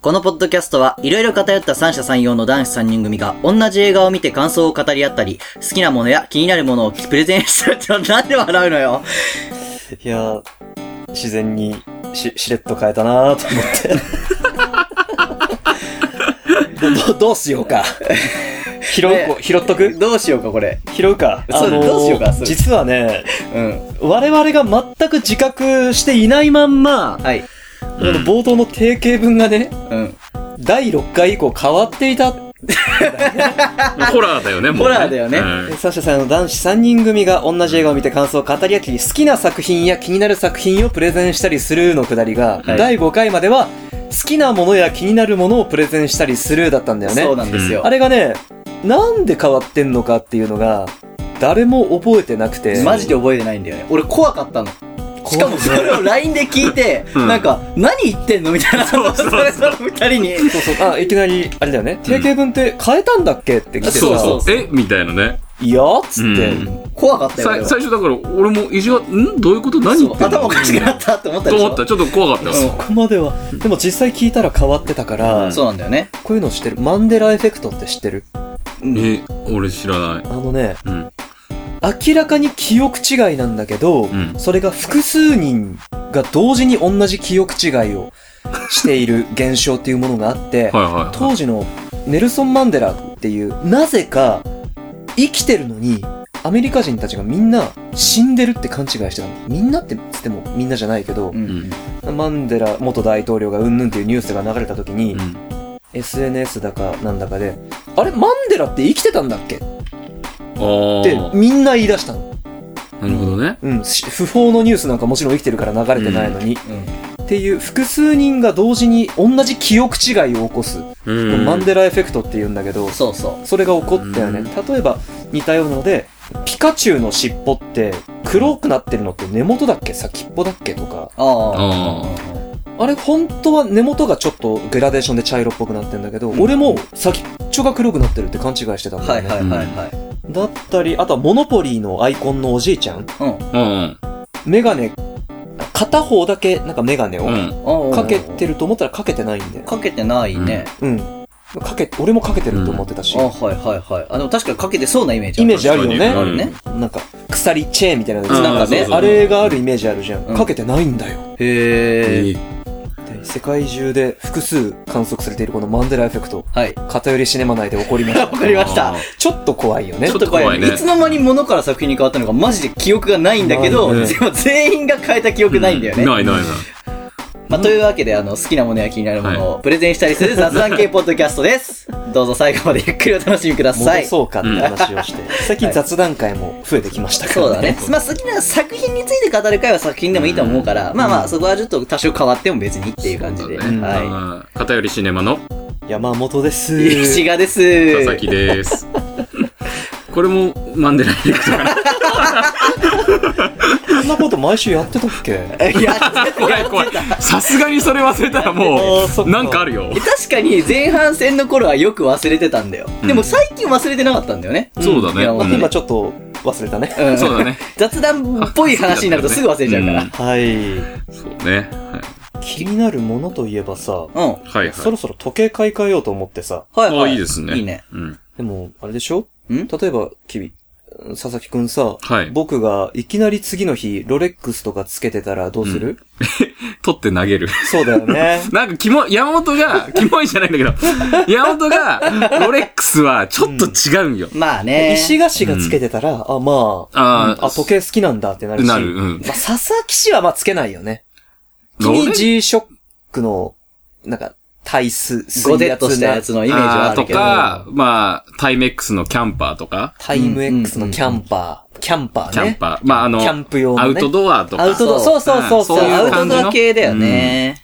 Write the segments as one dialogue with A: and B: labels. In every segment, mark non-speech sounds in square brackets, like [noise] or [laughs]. A: このポッドキャストは、いろいろ偏った三者三様の男子三人組が、同じ映画を見て感想を語り合ったり、好きなものや気になるものをプレゼンするってのは [laughs] なんで笑うのよ。
B: いやー、自然にし、しれっと変えたなーと
A: [laughs]
B: 思って。ど、どどうしようか。拾うこ、拾っとく
A: どうしようか、これ。
B: 拾うか。
A: そう
B: ー
A: どうしようかそう
B: 実はね、
A: うん。
B: 我々が全く自覚していないまんま、
A: はい。
B: あの冒頭の定型文がね、
A: うん。
B: 第6回以降変わっていた。
C: ホラーだよね、もう
A: ホラーだよね
C: うん
B: サッシャさんの男子3人組が同じ映画を見て感想を語り合き、好きな作品や気になる作品をプレゼンしたりするのくだりが、
A: はい
B: 第5回までは、好きなものや気になるものをプレゼンしたりするだったんだよね。
A: そうなんですよ。
B: あれがね、なんで変わってんのかっていうのが、誰も覚えてなくて。
A: マジで覚えてないんだよね。俺怖かったの。しかもそれを LINE で聞いて、
C: うん
A: なんか、何言ってんのみたいな。そうそれぞれ二人に。
B: そうそう、あ、いきなり、あれだよね。定型文って変えたんだっけって来てさ、
C: そう
A: そ
C: そうう
A: そ
C: えみたいなね。
B: いやっつって、
C: うん
A: 怖かったよ、
C: さ
A: 俺
C: い
A: は
C: 最初だから、俺も意地が、んどういうこと何言って
A: そうん
C: の
A: 頭おかしくなったって思った
C: と
A: でしょ
C: 思った。ちょっと怖かった
A: う
C: よ。
A: ん
B: ここまでは。でも実際聞いたら変わってたから、
A: そうなんだよね。
B: こういうの知ってるマンデラエフェクトって知ってる
C: え、俺知らない。
B: あのね、
C: うん。
B: 明らかに記憶違いなんだけど、
C: ん
B: それが複数人が同時に同じ記憶違いをしている現象っていうものがあって、
C: はいはいはい。
B: 当時のネルソン・マンデラっていう、なぜか生きてるのに、アメリカ人たちがみんな死んでるって勘違いしてたの。みんなって言ってもみんなじゃないけど
A: う、
C: うん
A: ん。。
B: マンデラ元大統領がうんぬんっていうニュースが流れた時に、
C: うん
B: SNS だかなんだかで、あれマンデラって生きてたんだっけっ
C: あー
B: てみんな言い出したの。
C: なるほどね。
B: うん、し不法のニュースなんかもちろん生きてるから流れてないのに。
A: うん
B: っていう複数人が同時に同じ記憶違いを起こす。
C: うん
B: マンデラエフェクトって言うんだけど、
A: そうそ
B: それが起こったよね。例えば、似たようなので、ピカチュウの尻尾って、黒くなってるのって根元だっけ先っぽだっけとか。
A: う。ああ。
C: あ
B: あれ、本当は根元がちょっとグラデーションで茶色っぽくなってんだけど、俺も先っちょが黒くなってるって勘違いしてたんだ
A: は
B: よ
A: い
B: ね。
A: はいはいはい。
B: だったり、あとはモノポリーのアイコンのおじいちゃん。
A: うん。
C: あ。うん。
B: メガネ、片方だけ、なんかメガネを
C: う
A: あ
C: ん。
A: あ
B: かけてると思ったらかけてないんだよ。
A: かけてないね。
B: うん。かけ、俺もかけてると思ってたし
A: あ、はいはいはい。あ、でも確かにかけてそうなイメージ
B: イメー
A: ー
B: ジあるよね。
C: 確かに
A: あるね。
B: なんか、鎖チェーンみたいなの
C: うん
B: なんか
A: そう
B: ね
A: そ、う
B: あれがあるイメージあるじゃん。
A: うん
B: かけてないんだよ。
A: へえ。
C: え
B: で世界中で複数観測されているこのマンデラエフェクト、
A: はい。
B: 偏りシネマ内で起こりま
A: [laughs]
B: し
A: わ
B: た。
A: かりました
C: あ。
B: ちょっと怖いよね。
A: ちょっと怖い,、ね、
C: ちょっと怖いね
A: いつの間に物から作品に変わったのかマジで記憶がないんだけど、
B: ないね
A: でも全員が変えた記憶ないんだよね。
C: うないないない。
A: まあ、というわけで、あの、好きなものや気になるものをプレゼンしたりする雑談系ポッドキャストです。どうぞ最後までゆっくりお楽しみくださ
B: 戻
A: い。
B: そうかって話をして。最近雑談会も増えてきましたから
A: そうだね。まあ、好きな作品について語る回は作品でもいいと思うから、まあまあ、そこはちょっと多少変わっても別にっていう感じで。
C: そうだね
A: は
C: あー偏りシネマの
B: 山本です。
A: い。 [laughs] 石賀です。
C: 佐々木です。これもマンデラエフェクトかな。
B: こんなこと毎週やってたっけ
A: やってた
C: 怖い怖い。さすがにそれ忘れた
A: [laughs]
C: ら
B: あ
C: も
B: ーそっ
C: う、
B: か
C: なんかあるよ。
A: 確かに前半戦の頃はよく忘れてたんだよ。でも最近忘れてなかったんだよね。
C: そうだね
A: いや
C: う
A: 本当に
C: ん
B: 今。ちょっと忘れたね。
A: うん
C: そうだね。
A: 雑談っぽい話になるとすぐ忘れちゃうから。
B: はい。
C: うん。そうね。はい
B: 気になるものといえばさ、
A: うん。
C: はいはい。
B: そろそろ時計買い替えようと思ってさ。
A: はい
C: あ
A: は
C: あ、
A: い。
C: いいですね。
A: いいね。
C: うん。
B: でも、あれでしょ
A: ん
B: 例えば、キビ、佐々木くんさ、
C: はい
B: 僕がいきなり次の日、ロレックスとかつけてたらどうする、
C: 取って投げる。
B: そうだよね。
C: [laughs] なんか、キモ、山本が、 [laughs] キモいじゃないんだけど、山本が、ロレックスはちょっと違うんよ。
A: まあね。
B: 石菓子がつけてたら、あ、まあ、
C: あー
B: あ、時計好きなんだってなるし。
C: なる、うん。
B: まあ、佐々木氏はまあつけないよね。
C: ロレ
B: 君 G ショックの、なんか、体数、
A: ゴテッとしたやつ
B: の。
A: のイメージはあるけど。
C: あーとか、まあ、タイメックスのキャンパーとか、
B: タイム X のキャンパー、キャンパーね。
C: キャンパー、まあ、あの、
B: キャンプ用のね
C: アウトドアと
B: アウ
C: か、
B: トドア、
A: そ
B: そううそうそうそう。
C: うんそういう
A: アウ
C: 感
A: トドア系だよね。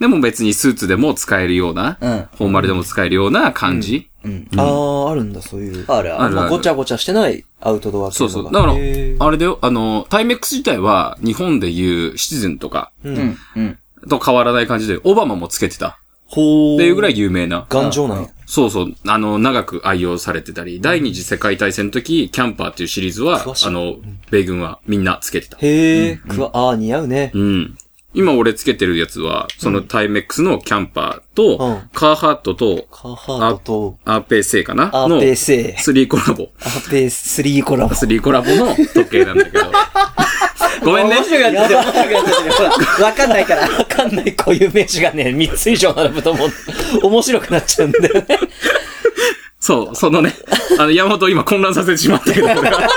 C: でも別にスーツでも使えるような、
A: うん
C: フォーマルでも使えるような感じ。
A: うん。
B: ああ、あるんだ、そういう。
A: あるあ
C: あ
A: る。
C: る
B: まあ、ごちゃごちゃしてないアウトドア系
C: そ
B: のが
C: うそう。だから
B: へー、
C: あれだよ、あの、タイメックス自体は日本でいうシチズンとか
A: うん。うん。 [laughs]
C: と変わらない感じで、オバマもつけてた。
B: ほー。
C: っていうぐらい有名な。
B: 頑丈なんや。
C: そうそう。あの、長く愛用されてたり、第二次世界大戦の時、キャンパーっていうシリーズは
B: 詳し、い
C: あの、米軍はみんなつけてた。
B: へえ、くわ、ああ、似合うね。
C: うん。今俺つけてるやつは、そのタイメックスのキャンパーと、
B: うん
C: カーハットと、
B: カーハートと、
C: アーペーセイかな
B: アーペーセイ
C: の、スリーコラボ。
B: アーペースリーコラボ。
C: スリーコラボの時計なんだけ
B: [laughs]
C: ど。ごめんね。
A: 面白くなってる、面白くなってる。ほら、わかんないから。
B: わかんない固有名詞がね、3つ以上並ぶともう、面白くなっちゃうんだよ
C: [laughs]
B: ね。
C: そう、
B: [laughs]
C: そのね、あの、山本を今混乱させてしまったけど、俺は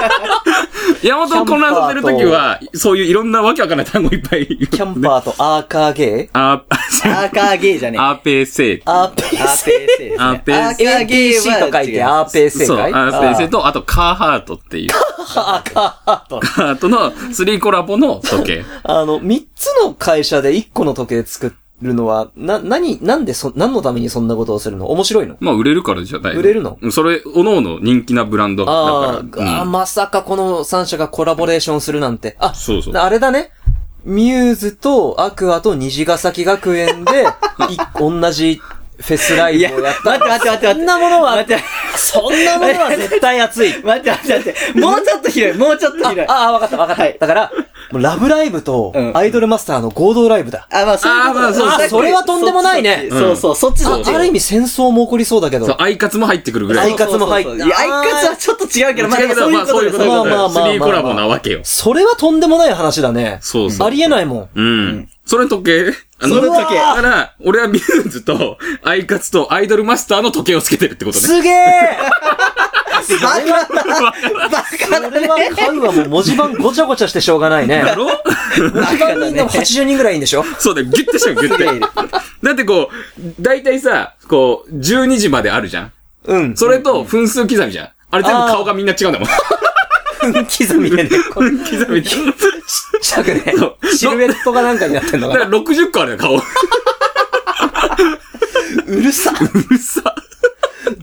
C: 山本を混乱させるときは、そういういろんなわけわかんない単語いっぱい言う。
B: キャンパーとアーカーゲー
C: あ、そう
A: アーカーゲーじゃねえ。
C: アーペーセイ。
B: アーペ
A: ア
B: ー
A: ー
B: セイ。
A: ペーセイですね。
C: アーペーセ
B: APC と書いてアーペーセイ
C: そう、
B: か
C: ア
B: い
C: ーペーセイと、あとカーハートっていう。
B: あーカーハート。
C: カーハートのスリーコラボの時
B: [laughs]
C: 計。
B: あの、3つの会社で1個の時計作るのは、な、何、なんでそ、何のためにそんなことをするの面白いの
C: まあ、売れるからじゃない
B: 売れるの
C: うんそれ、おのおの人気なブランドだ
B: あ
C: か
B: ー
C: ら。
B: あー、
C: うん
B: まさかこの3社がコラボレーションするなんて。あ、
C: そうそう。
B: あれだね。ミューズとアクアと虹ヶ崎学園
A: [laughs]
B: で、い同じフェスライ
A: いや、
B: ブを
A: 待
B: や
A: っ
B: ってた。
A: 待って待って待って。
B: そんなものは
A: 待、って
B: そんなも
A: [laughs]
B: のは絶対熱い。
A: 待って待って待って。もうちょっと広い、もうちょっと広い。
B: ああ、わかったわかった。
A: はい
B: だから、もうラブライブと
A: うん
B: アイドルマスターの合同ライブだ。
A: あ、まあ、そういうこと
C: あまあそうそう
A: あ
B: それはとんでもないね
A: そっちそっちそうそう、そっち
B: あ
A: そっち。
B: ある意味戦争も起こりそうだけど
C: そう、。アイカツも入ってくるぐらい
B: アイ。カツも入って
A: いや、アイカツはちょっと違うけど、まあ、
C: 違うけどまあ
A: そういうこと
B: まあ
A: で
B: まあまあまあ
C: スリーコラボなわけよ。
B: それはとんでもない話だね。
C: そうそう
B: ありえないもん。
C: うん。それ時計
A: そ
C: あ
A: れ時計
C: うわーだから、俺はミューズと、アイカツとアイドルマスターの時計をつけてるってことね。
B: すげ
C: [laughs]
B: え
A: すよ。バカだバカ
B: それは買うはもう文字盤ごちゃごちゃしてしょうがないね。 [laughs]
C: だろ [laughs]
B: 文字盤にでも80人ぐらいいんでしょ
C: そうだよ、ギュッてしちゃう、ギュッて。だってこう、だいたいさ、こう、12時まであるじゃん。
B: うん。
C: それと分数刻みじゃん。あれ全部顔がみんな違うんだもん。
B: [laughs] 刻みでね、こう
C: [laughs] 分刻み。
B: ちっちゃくね
C: そう、
B: シルエットがなんかになってんの
C: だ
B: か
C: か
B: な。
C: ら60個あるよ、顔。う
B: [laughs] うるさ。
C: るさ。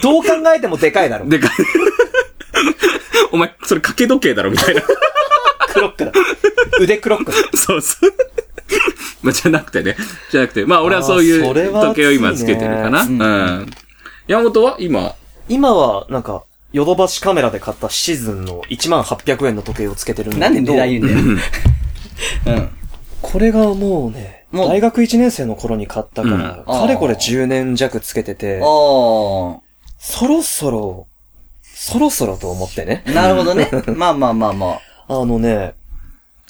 B: どう考えてもでかいだろ。
C: でかい。 [laughs] お前、それ掛け時計だろ、みたいな。
B: クロックだ。腕クロックだ。
C: [laughs] そうそう。まあ、じゃなくてね。じゃなくて。まあ、俺はそうい
B: あーそれ
C: う
B: は
C: 時計を今つけてるかな。
B: 熱
C: うん。山本は今、
B: 今は、なんか、ヨドバシカメラで買ったシズンの1800円の時計をつけてるん
A: な
B: だ
A: ん
B: け
A: で
B: ど、
A: 狙い言うんだよ。
B: これがもうね、
A: もう
B: 大学1年生の頃に買ったから、
A: うん
B: かれこれ10年弱つけてて
A: うん。、お
B: そろそろ、そろそろと思ってね。
A: ー。なるほどね。まあまあまあまあ。
B: あのね、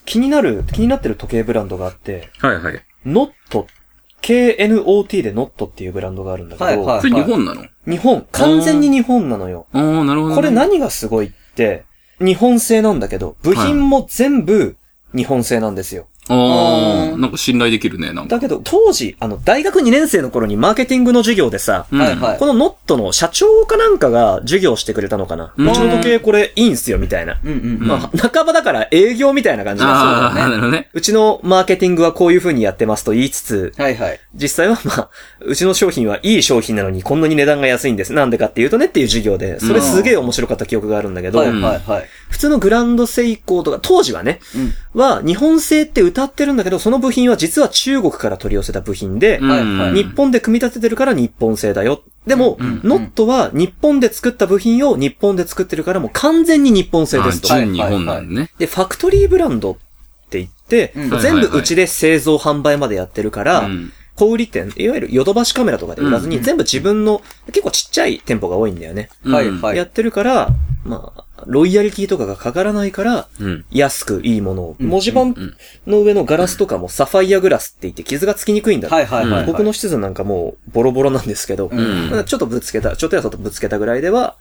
B: 気になる、気になってる時計ブランドがあって、
C: [laughs] はいはい。
B: ノット、KNOT でノットっていうブランドがあるんだけど、
A: はいはい
C: それ日本なの
B: 日本、完全に日本なのよ。
C: ああ、なるほど、ね。
B: これ何がすごいって、日本製なんだけど、部品も全部日本製なんですよ。
C: あ
A: う
C: あ、
A: ん
C: なんか信頼できるね、なんか。
B: だけど、当時、あの、大学2年生の頃にマーケティングの授業でさ、
C: うん
A: はいはい
B: このノットの社長かなんかが授業してくれたのかな。
C: う
B: うんちの時計これいいんすよ、みたいな。
A: うんうん。
C: ん
B: まあ、半ばだから営業みたいな感じだそうだ
C: ああ、
B: ね。
C: なるほどね。
B: うちのマーケティングはこういう風にやってますと言いつつ、
A: はいはい。
B: 実際はまあ、うちの商品はいい商品なのにこんなに値段が安いんです。なんでかっていうとねっていう授業で、それすげえ面白かった記憶があるんだけど、
A: はいはいはい。
B: 普通のグランドセイコーとか、当時はね、
A: うん。
B: は日本製って歌ってるんだけど、その部品は実は中国から取り寄せた部品で、
C: うん
A: はいはい
B: 日本で組み立ててるから日本製だよ。でも、
C: ん
B: ノットは日本で作った部品を日本で作ってるからもう完全に日本製ですと
C: あ。純日本なんね。
B: で、ファクトリーブランドって言って、
A: うん
B: 全部うちで製造販売までやってるから、
C: うん
B: 小売店、いわゆるヨドバシカメラとかで売らずに、全部自分の、結構ちっちゃい店舗が多いんだよね。
C: うん
A: はいはい
B: やってるから、まあ、ロイヤリティとかがかからないから、
C: うん。
B: 安くいいものを。
A: うん
B: 文字盤
C: うん
B: の上のガラスとかもサファイアグラスって言って傷がつきにくいんだって
A: はいはいはい。
B: 僕のシズンなんかもうボロボロなんですけど、
C: ん
B: まあちょっとぶつけた、ちょっとやそっとぶつけたぐらいでは、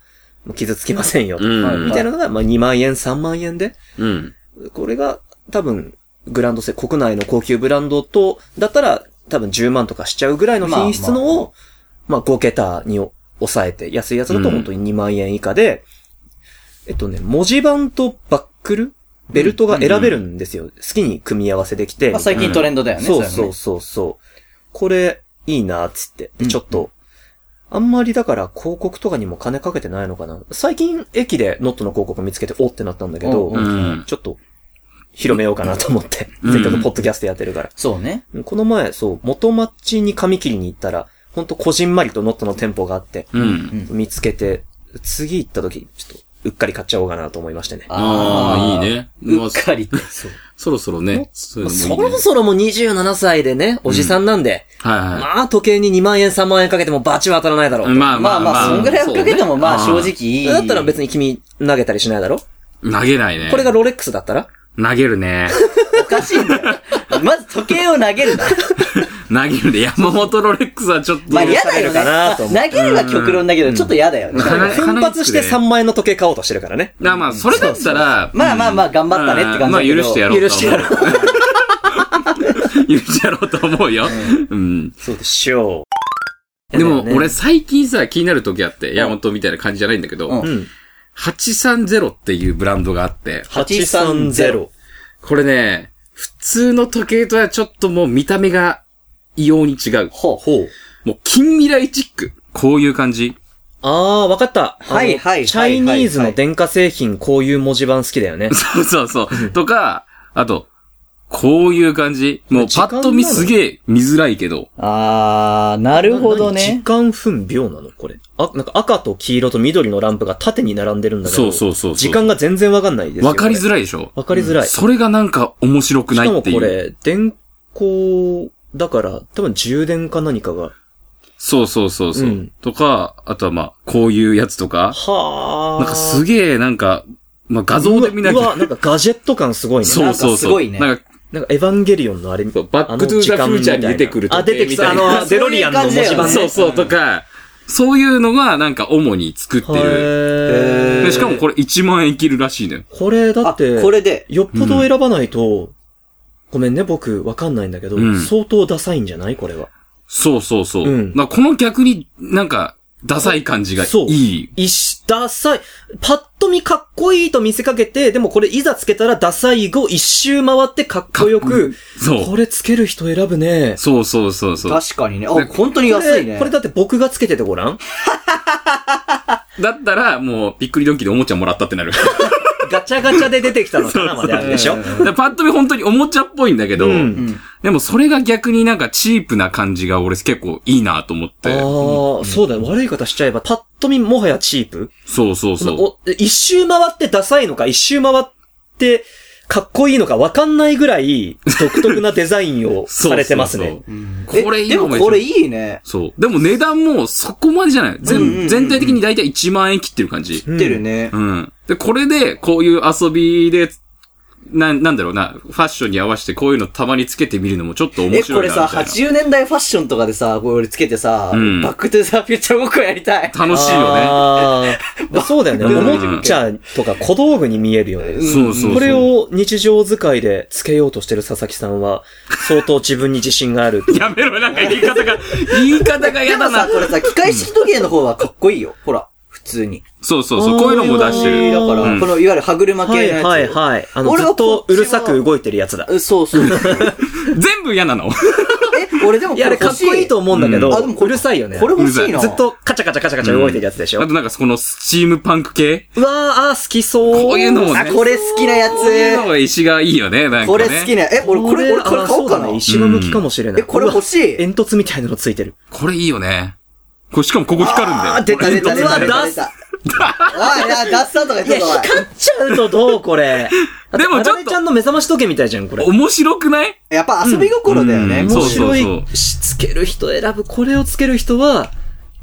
B: もう傷つきませんよ。
C: うん
A: はい
B: みたいなのが、まあ、2万円、3万円で、
C: うん。
B: これが多分、グランド製、国内の高級ブランドと、だったら多分10万とかしちゃうぐらいの品質のを、まあ、5桁に抑えて、安いやつだと本当に2万円以下で、えっとね、文字盤とバックルベルトが選べるんですよ。好きに組み合わせできて。
A: まあ最近トレンドだよね。
B: そう
A: れ
B: そ
A: は
B: う
A: ね
B: そうそう。これ、いいなっつって。で、ちょっと、あんまりだから広告とかにも金かけてないのかな。最近駅でノットの広告見つけて、おってなったんだけど、
A: うん
C: うん
B: ちょっと、広めようかなと思って。
C: うん
B: せっかくポッドキャストやってるから。
A: そうね。
B: この前、そう、元町に髪切りに行ったら、ほんとこじんまりとノットの店舗があって、
C: うん。
B: 見つけて、次行った時、ちょっと、うっかり買っちゃおうかなと思いましてね。
C: ああ、いい
A: ね。
C: ね。
A: うっかりって。そう。
C: そろそろね、そういうの
B: そ
C: もいいね
B: ろそろもう27歳でね、おじさんなんで、
C: はいは
B: まあ時計に2万円3万円かけてもバチは当たらないだろう。
C: い。ま
A: ま
C: あま
A: あ
C: あ
A: まあ、そんぐらいはかけてもまあ正直いい。
B: だったら別に君投げたりしないだろ
C: 投げないね。
B: これがロレックスだったら
C: 投げるね。 [laughs]
A: おかしいんだよ。まず時計を投げるな。
C: 投げるね。山本ロレックスはちょっと。
A: まあ嫌だよ
B: どうされるかなと
A: ね。
B: 思う
A: 投げるは極論だけど、ちょっと嫌だよね。
C: かな
B: 奮発して3万円の時計買おうとしてるからね。
C: だからまあ、それだったら、
A: まあまあまあ、頑張ったねって感じだけど。
C: まあ許してやろうと思う。
B: 許してやろ
A: [laughs]
B: う。
C: 許してやろうと思うよ。うん。
B: そうでしょ
C: でも、
B: ね
C: 俺最近さ、気になる時あって、山本みたいな感じじゃないんだけど、
A: うん
B: う。うん。
C: 830っていうブランドがあって、
B: 830。
C: これね、普通の時計とはちょっともう見た目が異様に違う。
A: ほう。
B: ほう。
C: もう近未来チック。こういう感じ。
B: あー、わかった。あの
A: はいはい
B: チャイニーズの電化製品、こういう文字盤好きだよね。
C: そうそうそう。とか、あと、こういう感じ。もう
B: 時
C: パ
B: 間
C: ッと見すげえ見づらいけど。
A: あー、なるほどね。
B: 何時間分秒なのこれ。あ、なんか赤と黄色と緑のランプが縦に並んでるんだけど。
C: そうそうそうそう
B: 時間が全然わかんないですよ。
C: わかり
B: ら
C: づ
B: い。
C: らいでしょ
B: わかりづらい。し
C: それがなんか面白くな
B: か
C: い
B: も
C: ってい
B: こ
C: う。
B: れ、電光だから、多分充電か何かが。
C: そうそうそうそう、
B: うん
C: とか、あとはまあ、こういうやつとか。
B: はあ。
C: なんかすげえなんか、まあ画像で見なき
B: うわ、うわ
C: ゃ。
B: なんかガジェット感すごいね。
C: そうそ
A: なん
C: うそう。
A: かすごいね
C: なんか
B: なんかエヴァンゲリオンのあれみたい
C: バックトゥーザフューチャーに出てくる
B: あ、出てきた。あ
A: みたいな
C: [laughs]
B: の、デロリアンの文字
A: そういう感
B: 盤
A: じ
B: ね。
A: だよ
C: そ
A: ね
C: うそうとか、そういうのがなんか主に作ってる。
B: へー
C: でしかもこれ1万円切るらしいのよ。
B: これだ
A: あ、
B: って、
A: これで。
B: よっぽど選ばないと、ごめんね、僕、わかんないんだけど、
C: うん
B: 相当ダサいんじゃないこれは。
C: そうそうそう。
B: うん
C: なんかこの逆になんか、ダサい感じがい
B: そう
C: い。
B: 一、ダサい。パッと見かっこいいと見せかけて、でもこれいざつけたらダサい後、一周回ってかっこよく、
C: そ
B: こ
C: う。
B: れつける人選ぶね。
C: そうそうそうそう。
A: 確かにね。あ、本当に安い
B: これ
A: ね。
B: これだって僕がつけててごらん。
C: だったら、もう、びっくりドンキーでおもちゃもらったっ
B: [laughs]
C: てなる。
B: ガチャガチャで出てきたのかなまであるでしょ
A: うんうんうん
C: でパッと見本当におもちゃっぽいんだけど、
B: うん
C: でもそれが逆になんかチープな感じが俺結構いいなと思っ
B: ああ、
C: て。
B: そうだよ。悪い方しちゃえば、パッと見もはやチープ。
C: そうそうそう。
B: お一周回ってダサいのか、一周回ってかっこいいのかわかんないぐらい独特なデザインを
C: [laughs] そうそうそう
B: されてますね。
A: うん
C: これ
A: え
C: 今
A: で
C: も
A: も
C: 一緒
A: これいいね。
C: そう。でも値段もそこまでじゃない。全、
A: うんうんうん
C: 全体的に大体1万円切ってる感じ。
B: うん
A: 出るね。
C: うん。で、これで、こういう遊びで、なん、なんだろうな、ファッションに合わせてこういうのたまにつけてみるのもちょっと面
A: え、
C: 白
A: こ
C: い
A: れ
C: な
A: さ、
C: みたいな。
A: 80年代ファッションとかでさ、これつけてさ、
C: うん
A: バックトゥーザフューチャーごっこやりたい。
C: 楽しいよね。
B: ね。そうだよね。
C: うん
B: おもちゃとか小道具に見えるよね。
A: ん
C: そうそうそう。
B: これを日常使いでつけようとしてる佐々木さんは、相当自分に自信がある。
C: やめろ、なんか言い方が、言い方が
A: で
C: 嫌
A: も
C: だ
A: さ、
C: な。
A: これさ、機械式時計の方はかっこいいよ。ほら、普通に。
C: そうそうそう、こういうのも出して
B: え
A: だ
B: ー
C: る。
A: から、
C: うん
A: この、いわゆる歯車系の
B: は
A: や
B: い
A: つ。
B: はいはい。あの、
A: 俺
B: ず
A: は
B: っ
A: ことっちは
B: うるさく動いてるやつだ。
A: い。そうそう。
C: 全部嫌なの。
A: え、俺でもこ
B: いや、あ
A: れ
B: れか
A: 欲
B: っ
A: しい。
B: こいいと思うんだけ
A: うん
B: ど、
A: あでもこ
B: う
A: れ
B: るさいよね。
A: これ欲しいな。
B: ずっ。とカチャカチャカチャカチャ動いてるやつでしょ。
C: あとなんかそのスチームパンク系
B: うわー、あー好きそう。
C: こういうのもね
A: あ、これ好きなや
C: こういうの
A: つ。
C: が石がいいよね、なんかね。
A: これ好きな。え、俺これ、俺これ買おうか
B: あ
A: な
B: そうだね。石の向きかもしれない。
A: え、これ欲し
B: うわ
A: い。
B: 煙突みたいなのついてる。
C: これいいよね。これしかもここ光るんだよ。
A: あー、出た出た出た出
B: うわ
A: た
B: 出
A: 出
B: す
A: た。あ、いや、出したとか言っ
B: いや、
A: てたわ。
B: 光っちゃうとどうこれ。
C: [laughs] でもちょっと
B: あられちゃんの目覚まし時計みたいじゃん、これ。
C: 面白くない
A: やっぱ遊び心だよね。
C: うん
A: も
B: 面
A: う
C: そう
B: 白いし、つける人選ぶ。これをつける人は、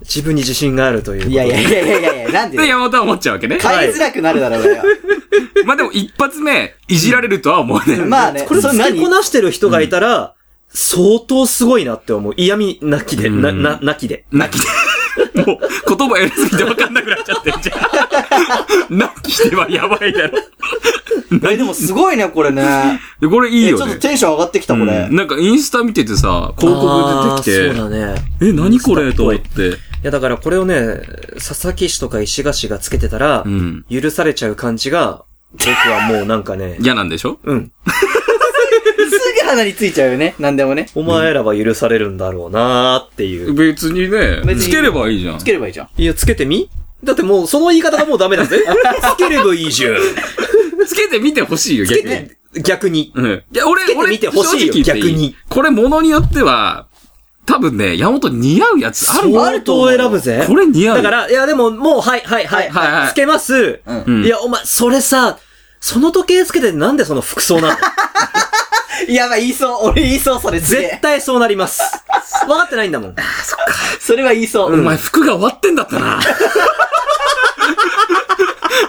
B: 自分に自信があるということ
A: い
B: で。
A: やいやいやいやいやいや、なんで
C: で、山本は思っちゃうわけね。
A: 買いづらくなるだ [laughs] ろうよ。
C: まあでも一発目、いじられるとは思わない。
A: まあね、
B: これ
A: そ
B: つ
A: れ
B: けこ
A: 何
B: なしてる人がいたら、相当すごいなって思う。嫌味なきで、
C: ん
B: な、な、なきで。
C: 泣き [laughs] で。もう、言葉やりすぎて分かんなくなっちゃってるじゃん。泣きではやばいだろ。
A: え、でもすごいね、これね。
C: でこれいい
A: え、ちょ
C: よ
A: っと
C: ね。
A: テンション上がってきた、これ
C: うん。なんかインスタ見ててさ、広告出て
B: あー
C: き
B: そうだね。
C: て、え、何これと思って。
B: いや、だからこれをね、佐々木氏とか石賀氏がつけてたら、
C: うん。
B: 許されちゃう感じが、僕はもうなんかね、
C: 嫌なんでしょ
B: うん。
A: すぐ鼻についちゃうよね、なんでもね。
B: お前らは許されるんだろうなーっていう。
C: 別にね、
A: 別に
C: つければいいじゃん
A: つ。ければいいじゃん。
B: いや、つけてみだってもう、その言い方がもうダメだ [laughs] ぜ。つければいいじゃん。
C: つけてみてほしいよ、
B: つけ
C: 逆に。
B: て、逆に。
C: うん。いや、俺、
B: つけてみてほしいよ
C: 俺正直言って
B: 逆に。
C: これ、ものによっては、多分ね、山本似合うやつあるの
A: あると思う
B: 相当選ぶぜ。
C: これ似合う。
B: だから、いや、でももう、はい、はい、はい、
C: はいはい
B: つけます。
A: う
C: うん
B: いや、お前、それさ、その時計つけてなんでその服装 [laughs] なの
A: やばい、言いそう。俺言いそう、それ。すげえ
B: 絶対そうなります。分かってないんだも [laughs] ん。
A: それは言いそう。
C: お前服が終わってんだった [laughs] な。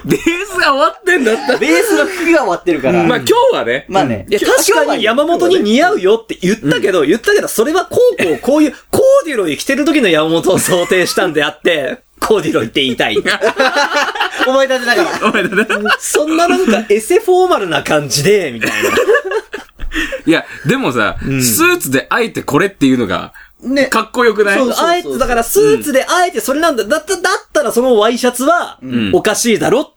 C: レースが終わってんだった。
A: ベースの服が終わってるから。
C: まあ今日はね、
A: まあね。
B: いや、確かに山本に似合うよって言ったけど、言ったけど、それはこうこう、こういう、コーデュロイ着てる時の山本を想定したんであって、コーデュロイって言いたい。
A: 思い立てながら。
C: お前だね。
B: そんななんかエセフォーマルな感じで、みたいな。
C: [laughs] いや、でもさ、スーツであえてこれっていうのが、
A: ね。
C: かっこよくない
A: そうそう
B: あえて、だからスーツであえてそれなんだ。だった、だったらそのワイシャツは、おかしいだろっ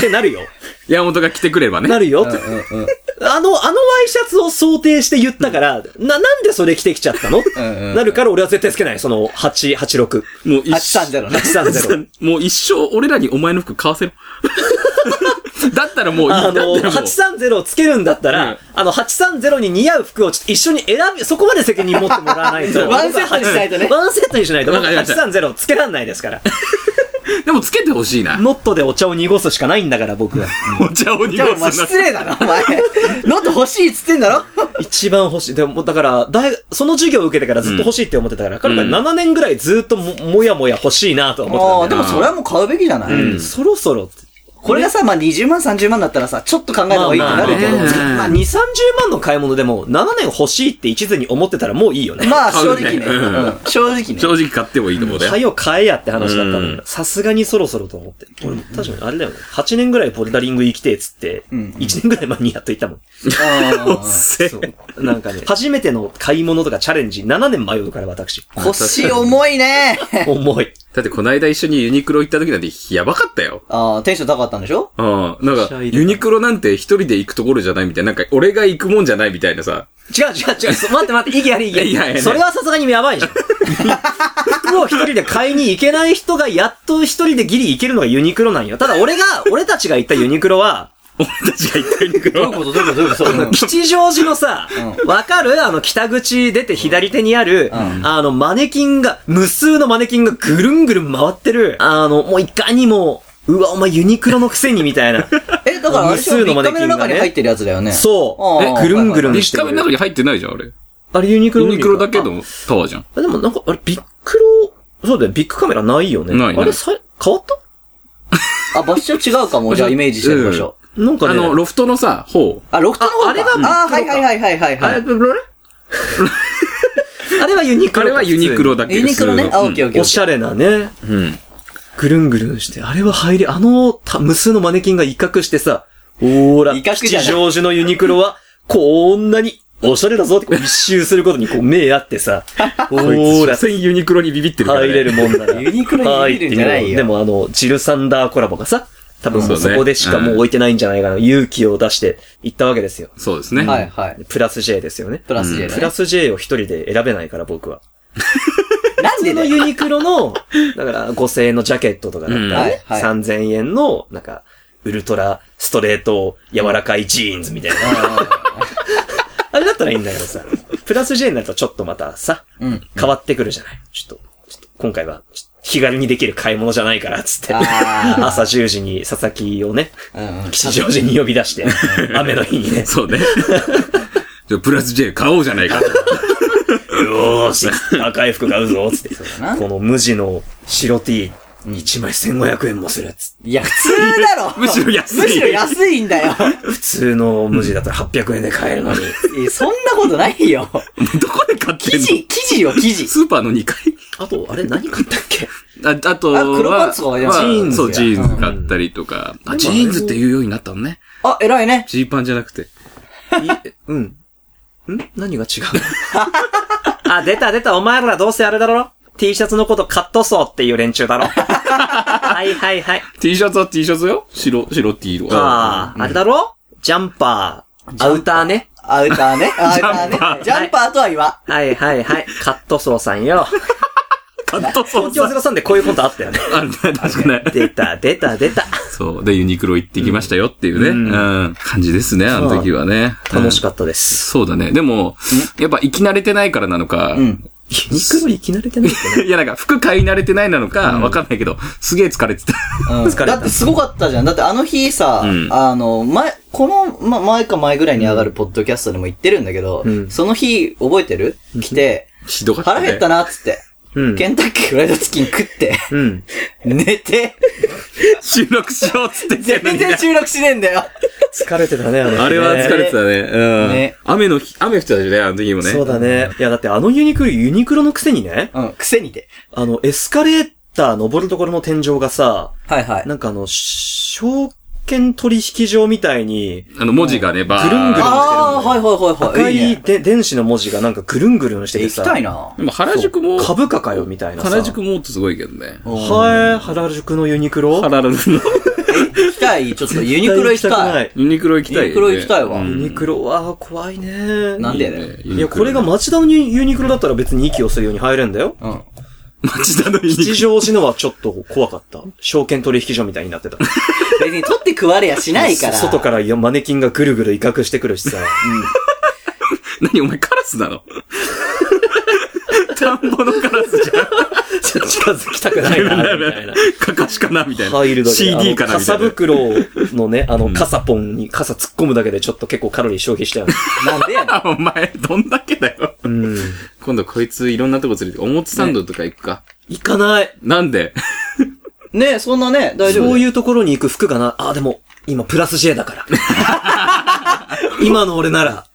B: てなるよ。
C: 山本が着てくればね。
B: なるよ。あの、あのワイシャツを想定して言ったから、な、なんでそれ着てきちゃったの
A: んうん
B: なるから俺は絶対つけない。その、8、86。
C: もう一生、
A: 830ね。
B: 830。
C: [laughs] もう一生俺らにお前の服
A: [laughs]
C: 買わせろ。だったらもういい。
B: あの、
C: だったらもう
B: 830をつけるんだったら、
C: うん
B: あの、830に似合う服をちょっと一緒に選び、そこまで責任持ってもらわない
A: [laughs]
B: と。
A: ワンセットにしないとね
B: ワンセットにしないと。
C: わかりました
B: 830をつけらんないですから。
C: でもつけてほしいな。
B: ノットでお茶を濁すしかないんだから、
A: [laughs]
B: 僕は。
C: お茶を濁
A: じゃあお前
C: すな。
A: 失礼だな、お前。ノット欲しいっつってんだろ
B: 一番欲しい。でも、だから、大学、その授業を受けてからずっと欲しいって思ってたから、彼
C: うん
B: から7年ぐらいずっとも、もやもや欲しいなとは思ってたんだ
A: あ
B: よ
A: あ、でもそれはもう買うべきじゃない、
B: うんそろそろって。
A: これがさ、まあ20万、30万だったらさ、ちょっと考えた方がいいってなるけど。
C: まあまあね
B: まあ、2、30万の買い物でも、7年欲しいって一途に思ってたらもういいよね。
A: まあ正直ね。
C: 買うねうん
A: うん正直ね。
C: 正直買ってもいいと思うだよ。
B: 早よ買えやって話だった
C: う
B: の
C: ん
B: に、さすがにそろそろと思って。俺、確かにあれだよね。8年ぐらいボルダリング行きてえっつって、
A: うん
B: 1年ぐらい前にやっといたもん。
A: あ
C: せ
B: そう。なんかね、初めての買い物とかチャレンジ、7年迷うから私。
A: あ腰重いね。
B: 重い。
C: だってこの間一緒にユニクロ行った時なんてやばかったよ。
A: ああ、テンション高かったんでしょ
C: うん。なん
B: しゃ
C: か、
B: いでた
C: ユニクロなんて一人で行くところじゃないみたいな。なんか、俺が行くもんじゃないみたいなさ。 [laughs]
B: 違う違う違う。そ待って待って、意義あり意義あり。
C: いやいやいや
B: それはさすがにやばいじゃん。服を一人で買いに行けない人がやっと一人でギリ行けるのがユニクロなんよ。ただ俺が、俺たちが行ったユニクロは、
C: 俺たちが行ったユニクロは。
A: とどういうことどういうことうん
B: [laughs] 吉祥寺のさ、わ、かるあの北口出て左手にある、
A: ん
B: あのマネキンが、無数のマネキンがぐるんぐるん回ってる、あの、もういかにも、うわ、お前ユニクロのくせにみたいな。
A: [laughs] え、だからあれでしょ
B: 無数
A: 3日
B: の
A: 目の
B: マネキン
A: 中
B: がね
A: に入ってるやつだよね。
B: そう
A: ああ
B: えぐるんぐるん
A: はいはいはい
C: 3日目の中に入ってないじゃん、あれ。
B: あれユニクロ
C: ユニクロだけ
B: ど
C: のタワーじゃん。
B: でもなんか、あれビックロ、そうだよ、ビッグカメラないよね。
C: ないない
B: あれさ、変わった
A: あ、場所違うかも。じゃあイメージしてみましょう。
B: なんか
C: あ
B: ね、
C: の、ロフトのさ、方。
A: あ、ロフトの方か
B: ああれが
A: ああ、はいはいはいはいはいはい。
B: あれはユニクロ。
C: あれはユニクロだけ
A: ユニクロね。あ、オッケーオッケー。
B: おしゃれなね、
C: うん。
B: ぐるんぐるんして、あれは入り、あの、た無数のマネキンが威嚇してさ、おーら、
A: 威嚇
B: 吉
A: じゃない
B: 祥寺のユニクロは、こんなに、おしゃれだぞってこう一周することにこう目あっ
A: [laughs]
B: てさ、おー
C: ほ
B: ら
C: ら、、全ユニクロにビビってるから、ね。
B: 入れるもんなら。
A: ユニクロに入れるんじゃないよ
B: はってみろでもあの、ジルサンダーコラボがさ、多分もう
C: そうね
B: そこでしかもう置いてないんじゃないかな、勇気を出して行ったわけですよ。
C: そうですね。
A: はいはい。
B: プラス J ですよね。
A: プラス J だね
B: プラス J を一人で選べないから、僕は。
A: なん
B: 普通
A: で
B: の
A: だよ。
B: ユニクロの、 [laughs] だから5000円のジャケットとかだった
A: う
B: らね、
A: んはいは
B: 3000円の、なんか、ウルトラストレート柔らかいジーンズみたいな。
A: [laughs]
B: あれだったらいいんだけどさ、プラス J になるとちょっとまたさ、
A: うん。
B: 変わってくるじゃない。ちょっと、ちょっと今回は、ちょっと気軽にできる買い物じゃないから、つって。
A: あー
B: 朝10時に佐々木をね、
A: うんうん
B: 吉祥寺に呼び出して、雨の日にね、
C: そう
A: [laughs]
C: ね。じゃあプラス J 買おうじゃないか。
B: よーし、赤い服買うぞ、つって。
A: だな
B: この無地の白 T、1枚1500円もする、つって。
A: いや、普通だろ
C: むしろ安い
A: むしろ安いんだよ
B: 普通の無地だったら800円で買えるのに。
A: いやそんなことないよ。
C: どこで買って
A: 生
C: んの
A: 地、生地よ、生地。
C: スーパーの2階
B: あと、あれ何買ったっけ
C: ああとは、
A: あ黒パンツとかでも
C: まあ
B: ジーンズや
C: そう、ジーンズ買ったりとか。あ、ジーンズって言うようになったのね。
A: あ、偉いね。
C: ジーパンじゃなくて。
B: うん。ん何が違う [laughs] あ、出た出た、お前らどうせあれだろ ?T シャツのことカットソーっていう連中 [laughs] だろはいはいはい。
C: T シャツは T シャツよ白、白 T とか。
B: ああ、あれだろジャンパー、アウターね。
A: アウターね。アウターね。ジャンパーとは言わ
B: はいはいはい。カットソーさんよ。
C: カットソー
B: 東京03でこういうことあったよね。
C: [laughs] あるね、確かに。
B: 出た出た出た。
C: そう。で、ユニクロ行ってきましたよっていうね。
B: うん
C: うん。感じですね、あの時はね。
B: 楽し
C: っ
B: かったで
C: た
B: す。
C: そうだね。でも、やっぱ生き慣れてないからなのか
A: ん、
B: ユニクロ行き慣れてないってね。
C: [laughs] いや、なんか、服買い慣れてないなのか、わかんないけど、すげえ疲れてた。
A: うん
B: 疲れた
A: だってすごかったじゃん。だってあの日さ、
C: うん
A: あの、前、この、ま、前か前ぐらいに上がるポッドキャストでも言ってるんだけど、
B: うん
A: その日覚えてる来て、
C: ひどかった、ね。
A: 腹減ったなっつって、
B: うん。
A: ケンタッキーフライドチキン食って、 [laughs]
B: うん。
A: 寝て、
C: 収録しようっつって言ってんの
A: 全
C: に
A: 然収録しねえんだよ。
B: 疲れてたね、あの日ね
C: あれは疲れてたね。うん。
A: ね
C: 雨の日、雨降ってたしね、あの時もね。
B: そうだね。いや、だってあのユニクロ、ユニクロのくせにね、
A: うん、癖にて。
B: あの、エスカレーター登るところの天井がさ、
A: はいは
B: なんかあの、証券取引所みたいに、
C: あの、文字がね、バー
B: ぐるんぐるん
A: ああー、はいはいはい
B: 赤
A: はい。
B: い
A: ね
B: で電子の文字がなんかぐるんぐるんしてて
A: 行き
B: さ、
A: たいな。
C: でも原宿も、
B: 株価かよ、みたいなさ。
C: 原宿もっとすごいけどね。
B: はい、原宿のユニクロ
C: 原宿の。
A: 行きたい。ちょっとユニクロ行きたい。
B: い。
C: ユニクロ行きたい、
A: ユニ
C: ね。
A: クロ行きたいわ
C: うん
B: ユニクロは怖いね。
A: なんでだ
C: ね
A: よ。
B: いや、これが町田のユユニクロだったら別に息をするように入れんだよ。
A: うん。
C: 町田のユニ
B: 吉 [laughs]
C: ク
B: 祥
C: ロ。
B: 寺のはちょっと怖かった。証券取引所みたいになってた。
A: 別に取って食われやしないから。
B: 外からいやマネキンがぐるぐる威嚇してく
A: [laughs]
B: るしさ。
C: 何お前カラスなの田んぼのカラスじゃん。
B: ちょっと近づきたくないな、みたいな。
C: カカシかなみたいな。
B: 入るだけで。
C: CD か
B: あの
C: なみ
B: 傘
C: たいな。
B: 袋のね、あの、傘ポンに傘突っ込むだけでちょっと結構カロリー消費したよね。
A: なんでやねん。
C: あ、お前、どんだけだよ。
B: うん。
C: 今度こいついろんなとこ連れて、おもつサンドとか行くか。
B: 行かない。
C: なんで
A: ねそんなね、大丈夫。
B: そういうところに行く服がな、あ、でも、今プラス J だから。 [laughs] 今の俺なら、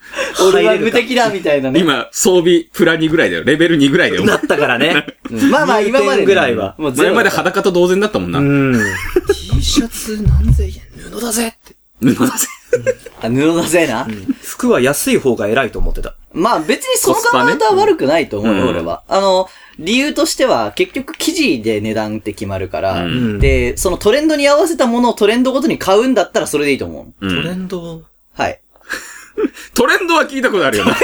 A: 俺は
B: 入れ
A: 無
B: るか
A: 敵だみたいなね。
C: 今、装備プラ2ぐらいだよ。レベル2ぐらいだよ。お
B: な
C: 前
B: ったからね。
A: まあまあ
B: 入
A: 今
B: 店
A: までね
B: ぐらいは。
A: もうゼ
C: 前
A: ロ
C: まで
A: だから
C: 裸と同然だったもんな。
B: うん。T シャツ何千円布だぜって。
C: 布だぜ。
A: あ布だぜな。
B: 服は安い方が偉いと思ってた。
A: まあ別にその考え方は悪くないと思うよ、
C: コスパね
A: 俺は。あの、理由としては結局記事で値段って決まるから、
C: うん
A: で、そのトレンドに合わせたものをトレンドごとに買うんだったらそれでいいと思う。
C: う
B: トレ
C: ん
B: ンド、
A: はい。
B: [laughs]
C: トレンドは聞いたことあるよな。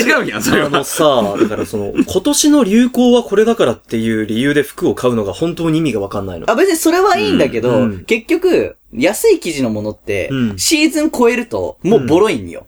C: 違うやん、それ
B: あ
C: は
B: の。さ、だからその、今年の流行はこれだからっていう理由で服を買うのが本当に意味がわかんないの。
A: あ、別にそれはいいんだけど、
B: うん
A: 結局、安い記事のものって、
B: うん
A: シーズン超えると、もうボロいんよ。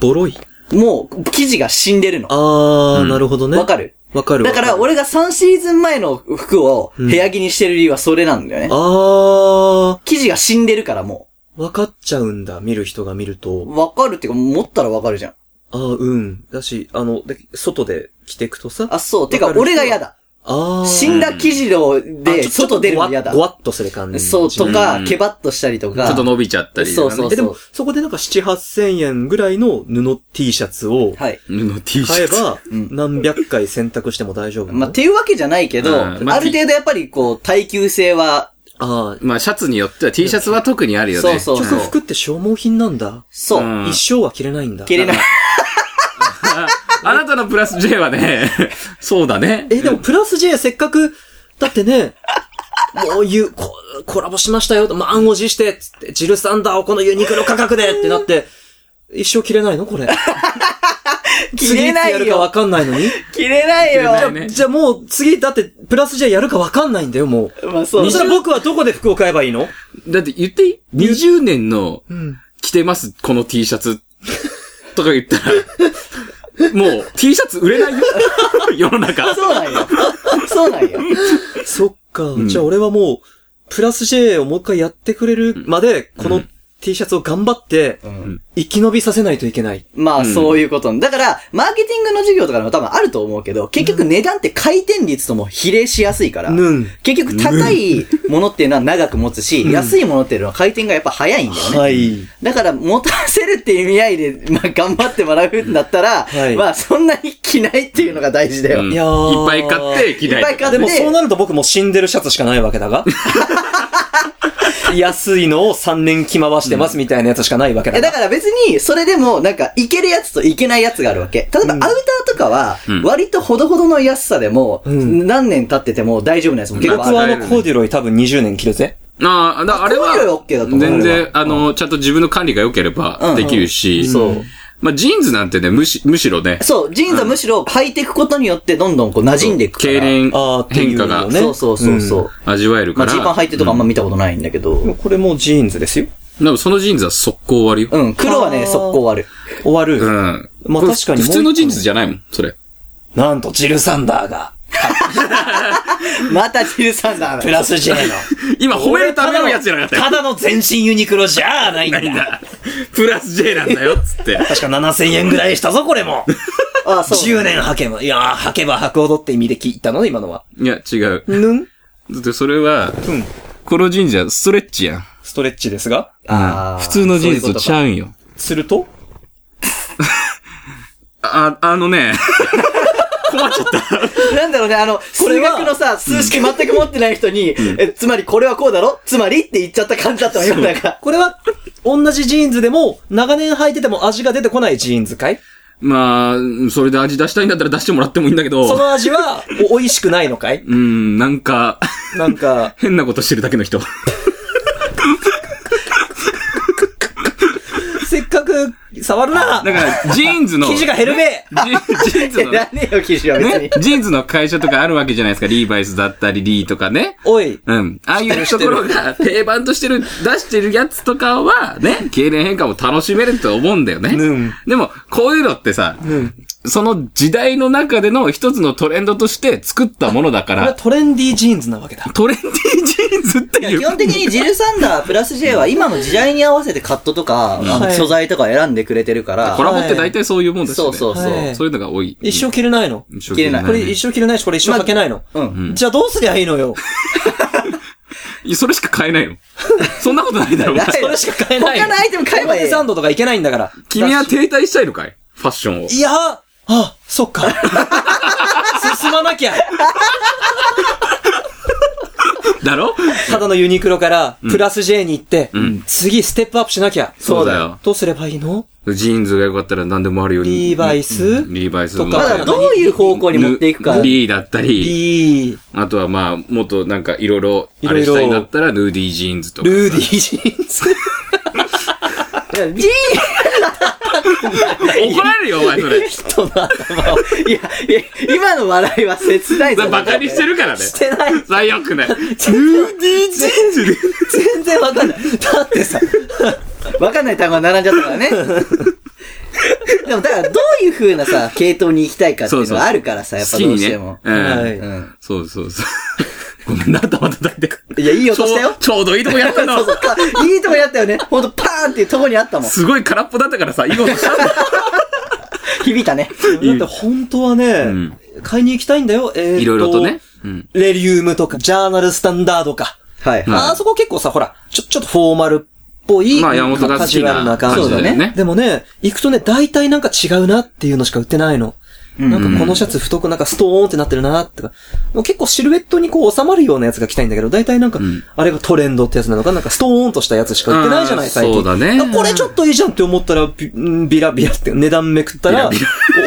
B: ボロい。
A: もう、記事が死んでるの。
B: あー、
C: うん
B: なるほどね。
A: わかる
B: わかる。
A: だから、
B: わる、
A: 俺が3シーズン前の服を部屋着にしてる理由はそれなんだよね。
B: あ
A: 記事が死んでるからも
B: ー、わかっちゃうんだ、見る人が見る
A: う。
B: と。
A: わかるっていうか、持ったらわかるじゃん。
B: あー、うん。だし、あの、で外で着てくとさ。
A: あ、そう。て
B: わ
A: か
B: か、る
A: 俺が嫌だ。
B: あー。
A: 死んだ記事ので、
B: あちょっと
A: 外出るの嫌だ
B: ご。わっごわっとする感じ。
A: そう、と
C: う
A: か、
C: ん
A: ケバッとしたりとか。
C: ちょっと伸びちゃったりとかね。
A: そう
B: えでも、そこでなんか7、8千円ぐらいの布 T シャツを
A: はい。
C: 布 T シ
B: 買え
C: ャツ。
B: ば、
A: うん
B: 何百回洗濯しても大丈夫なの
A: まあ、っていうわけじゃないけど、
C: うんまあ
A: ある程度やっぱりこう、耐久性は、
B: ああ、
C: まあ、シャツによっては T シャツは特にあるよね。
A: そうそう
B: 結局服って消耗品なんだ。
A: そう。
C: うん
B: 一生は着れないんだ。
A: 切れない。
C: ああなたのプラス J はね、そうだね。
B: え、でもプラス J せっかく、だってね、もういう、ココラボしましたよと、満を持して、つって、ジルサンダーをこのユニクロ価格でってなって、一生着れないの
A: [laughs]
B: これ。
A: 切れな
B: 次つや
A: い
B: るかわ
A: よ。
B: かんないのに。
A: [laughs] 切れない
C: 切れない
A: よ。
C: ね
B: じゃあもう次、だって、プラス J やるかわかんないんだよ、もう。
A: まあ、そう
B: そし。たら僕はどこで服を買えばいいの
C: だって言っていい ?20 年の
B: うん。
C: 着てます、この T シャツ。とか言ったら、もう T シャツ売れないよ。 [laughs] 世の中。
A: そうなんよ。 [laughs] そうなんよ。
B: そっか、
C: ん
B: じゃあ俺はもう、プラス J をもう一回やってくれるまで、こ
C: う
B: の
C: ん
B: T シャツを頑張って、
A: うん
B: 生き延びさせないといけない。
A: まあ、
C: うん
A: そういうこと。だから、マーケティングの授業とかでも多分あると思うけど、結局値段って回転率とも比例しやすいから、
B: うん
A: 結局高いものっていうのは長く持つし、安いものっていうのは回転がやっぱ早いんだよね。
B: い。
A: だから、持たせるっていう意味合いで、まあ、頑張ってもらうんだったら、
B: はい
A: まあ、そんなに着ないっていうのが大事だよ。
C: うん
B: い
C: い
B: やー
C: っぱい買って着ない
A: っぱい買っ
B: でもそうなると僕もう死んでるシャツしかないわけだ
C: [laughs]
B: が。安いのを3年着回してますみたいなやつしかないわけ
A: いやだ
B: だが。
A: から別に、それでも、なんか、いけるやつといけないやつがあるわけ。例えば、アウターとかは
C: ん、
A: 割とほどほどの安さでも、
B: うん
A: 何年経ってても大丈夫なやつも結構あ
B: 僕
A: る。
B: はあのコーデュロイ多分20年着るぜ。
C: ああ、だからあれ
A: あこういうの
C: は
A: は OK だと、思う
C: 全
A: 俺
C: 然
A: は、
C: あの、ちゃんと自分の管理が良ければできるし、
A: そう。
C: まあ、ジーンズなんてね、むし、むしろね、
A: そう、ジーンズはむしろ履いていくことによって、どんどんこう馴染んでいくから。
C: 経年
B: あーってい
C: 変
B: う
C: 化
B: の
C: が
B: ね
A: そうそうそうそう。
C: 味わえる
A: ま
C: か
A: あ、
C: ら。
A: ジーパン履いてるとかあんま見たことないんだけど。
B: これもうジーンズですよ。
C: でもそのジーンズは速攻終わるよ。
A: うん、黒は
B: あ
A: ね、
B: ー
A: 速攻ある。
B: 終わる。
C: うん。
B: まあ
C: これ
B: 確かにもう
C: 普通のジーンズじゃないもん、それ。
B: なんとジルサンダーが、
A: またジルサンダー
B: プ
A: だ。
B: ラス J の。
C: 今 [laughs] 褒めるためのやつじゃなかった
B: [laughs]
C: よ。
B: ただの全身ユニクロじゃあないん
C: ないん
B: だ。
C: だ。プラス J なんだよ、つって。
B: 確か7000円ぐらいしたぞ、これも。
A: あ、そう。
B: 10年履けば、いやー、履けば履くほどって意味で聞いたのね、今のは。
C: いや、違う。
B: ぬん
C: だってそれは、
B: うん。
C: この神社、ストレッチやん。
B: ストレッチですが、
A: あー
C: 普通の
A: そうい
C: 神
A: うこと
C: 社と
A: か
C: ちゃうんよ。
B: すると
C: あ、あのね、 [laughs]
A: [laughs] なんだろうね、あの、数
B: れは
A: 学のさ、数式全く持ってない人に、え、つまりこれはこうだろつまりって言っちゃった感じだったのよ、なんか。
B: これは、同じジーンズでも、長年履いてても味が出てこないジーンズかい
C: まあ、それで味出したいんだったら出してもらってもいいんだけ
B: そ
C: ど、
B: の味は、お美味しくないのかい
C: うん、なんか、 [laughs]
B: なんか、
C: 変なことしてるだけの人。
B: せっかく、触るな
C: だから、ジーンズ
B: [laughs]
C: の、
B: 生地がヘルメ
C: ジジーンズの、
A: な [laughs]
C: ね、
A: んねえよ、記事は別に。
C: ジーンズの会社とかあるわけじゃないですか。リーバイスだったり、リーとかね。
B: おい、
C: うん。ああいう
B: 知っ
C: と
B: て
C: こ
B: る
C: ろが定番としてる、出してるやつとかは、ね、経年変化も楽しめると思うんだよね。
B: うん
C: でも、こういうのってさ、その時代の中での一つのトレンドとして作ったものだか
B: これは
C: ら、
B: トレンディージーンズなわけだ。
C: トレンディージーンズってい
A: 基
C: う。
A: 本的にジルサンダープラス J は今の時代に合わせてカットとか、あの
B: はい
A: 素材とか選んでくれてるから
C: コ、ラボって大体そういうもんです
A: そ
C: よ
A: う
C: ね。
A: そうそう。
B: はい
C: そういうのが多い。
B: 一生着れないの。
C: 一生
A: 切れない
B: これ一生着れないし、これ一生履けないの。
A: うん
C: ん
B: じゃあどうすりゃいいのよ。
C: いやそれしか買えないの。そんなことないだろ。
A: ない
B: それしか買えないよ。
A: 他のアイテム買えばいい
B: 表参道とか行けないんだから。
C: 君は停滞したいのかいファッションを。
B: いやあ、そっ
C: [laughs]
B: か。進まなきゃ。
C: だろ
B: ただのユニクロから、プラス J に行って、次ステップアップしなきゃ。
C: そうだよ。
B: どうすればいいの
C: ジーンズが良かったら何でもあるように。
B: リーバイス
C: リーバイス
B: とか
A: ただどういう方向に持っていくか。
C: リーだったり、
B: いい。
C: あとはまあ、もっとなんかいろいろ、あれしたいんだったら、ヌーディージーンズとか。
B: ルーディージーンズ。
A: ジ
C: 怒られるよ、お前そ
A: [laughs] ー
C: れ。
A: ンの頭を。いや、いや今の笑いは切ないぞ。
C: バカにしてるからね。
B: してない。
C: 最悪ね。
B: 全然わかんない。だってさ、
A: わかんない単語が並んじゃったからね。でもだからどういう風なさ、系統に行きたいかっていうのはあるからさ、やっぱ
C: 好き
A: どう
C: に
A: し
C: ね。
A: て
C: う
A: も。
B: はい
C: ん。
A: う。
B: うん
C: そうそうそう。ごめんな、頭叩いて。
A: いや、いい音したよ。
C: ちょうどいいとこやったの
A: [laughs] そう。そうか。いいとこやったよね。ほんとパーンっていうとこにあったもん。
C: すごい空っぽだったからさ、いいことしたんだ。
A: [laughs] 響いたね。
B: だって本当はね
C: ん、
B: 買いに行きたいんだよ。えー
C: いろいろとね。。うん。
B: レリウムとか、ジャーナルスタンダードか。
A: はい。
C: ん
B: ああそこ結構さ、ほら、ちょ、ちょっとフォーマルっぽい、
C: まあ、山本が好
B: カジ
C: き
B: ュアル
C: な
B: な感
C: 感
B: じ
C: じ
A: そう
C: だ
A: だ
C: よね。
B: でもね、行くとね、大体なんか違うなっていうのしか売ってないの。なんかこのシャツ太くなんかストーンってなってるなとか。もう結構シルエットにこう収まるようなやつが着たいんだけど、大体なんか、あれがトレンドってやつなのか、なんかストーンとしたやつしか売ってないじゃな
C: あ
B: い、
C: ー
B: 最近。
C: そうだね
B: あこれちょっといいじゃんって思ったら、ビ [laughs] んビラビラって値段めくったら、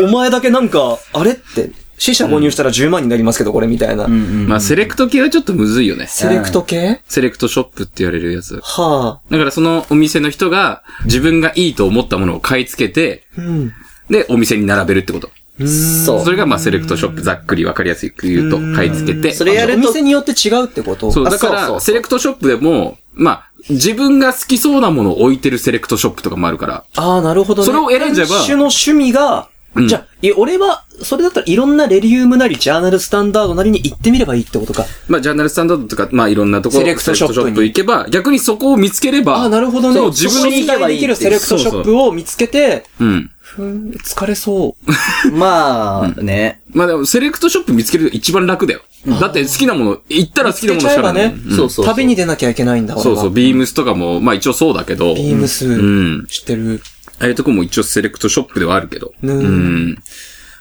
B: おお前だけなんか、あれって、死者購入したら10万になりますけど、これみたいな。
C: まあ、セレクト系はちょっとむずいよね。
B: セレクト系
C: セレクトショップって言われるやつ。
B: は
C: だからそのお店の人が自分がいいと思ったものを買い付けて、
B: あ。うん。
C: で、お店に並べるってこと。
A: そ。
C: そうれがまあセレクトショップざっくりわかりやすく言うと、買い付けて。
A: それやると
B: お店によって違うってこと
C: そう、
A: あ
C: だか
A: そうそう
C: ら、セレクトショップでも、まあ、自分が好きそうなものを置いてるセレクトショップとかもあるから。
B: ああ、なるほどね。
C: それを選んじゃえば
B: 選手の趣味が、
C: うん
B: じゃあ、い俺は、それだったらいろんなレリウムなり、ジャーナルスタンダードなりに行ってみればいいってことか。
C: まあ、ジャーナルスタンダードとか、まあ、いろんなところ、
B: セレクトショップに
C: セレクト行けば、逆にそこを見つければ、
B: ああ、なるほどね。
C: そう、自分
B: そこ
C: の
B: に期待できるセレクトショップを見つけて、
C: うん。
B: ふーん、疲れそう。
A: まあ、ね。
C: まあ、でも、セレクトショップ見つけると一番楽だよ。だって、好きなもの、行ったら好きなものしかない。
B: 見つけちゃえばね
C: う
A: そう
C: ん
A: そうそう。
B: 旅に出なきゃいけないんだ、俺
C: そう
B: は。
C: そう、ビームスとかも、まあ一応そうだけど、
B: ビームス、
C: うん。
B: 知ってる。
C: ああいうとこも一応セレクトショップではあるけど、
B: ね
C: うん。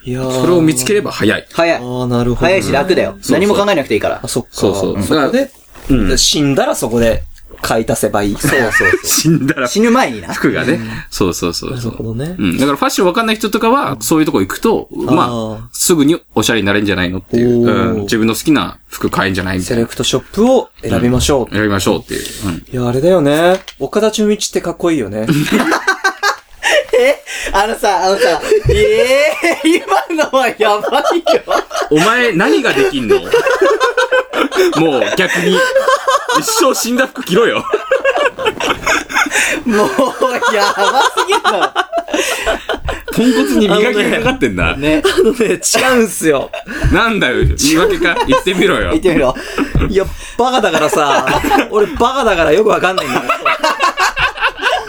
B: いや
C: それを見つ
B: け
C: ければ早い。
A: 早い。
B: ああ、なるほど。
A: 早いし楽だよ。
C: う
A: 何も考えなくていいから
B: あ、。そっか。
C: そうそう
B: そこで、
C: うん
B: で死んだらそこで、買い足せばいい。そうそうそう。
C: 死んだら
A: 死ぬ前にな。
C: 服がね。そうそうそう
B: [laughs] な
C: そ
B: るほ
C: う。
B: どね。
C: うん。だからファッションわかんない人とかは、そういうとこ行くと、まあ、すぐにおしゃれになれんじゃないのっていう。
B: おー
C: うん自分の好きな服買えんじゃないみた
B: セ
C: いな。
B: レクトショップを選びましょう。
C: やりましょうっていう。うん。
B: いや、あれだよね。岡田純一ってかっこいいよね。
A: [laughs] えあのさ、あのさ、え [laughs] え今のはやばいよ。
C: お前、何ができんのもう、逆に、一生死んだ服着ろよ。
A: もう、やばすぎるの。
C: ポンコツに磨きがかかってんだ。
A: ね。
B: あのね、違うんす [laughs] よ。
C: なんだよ、言い訳か。言ってみろよ
A: [laughs] 行っ。てみろ。
B: いや、バカだから [laughs] さ、俺バカだからよくわかんないんだよ。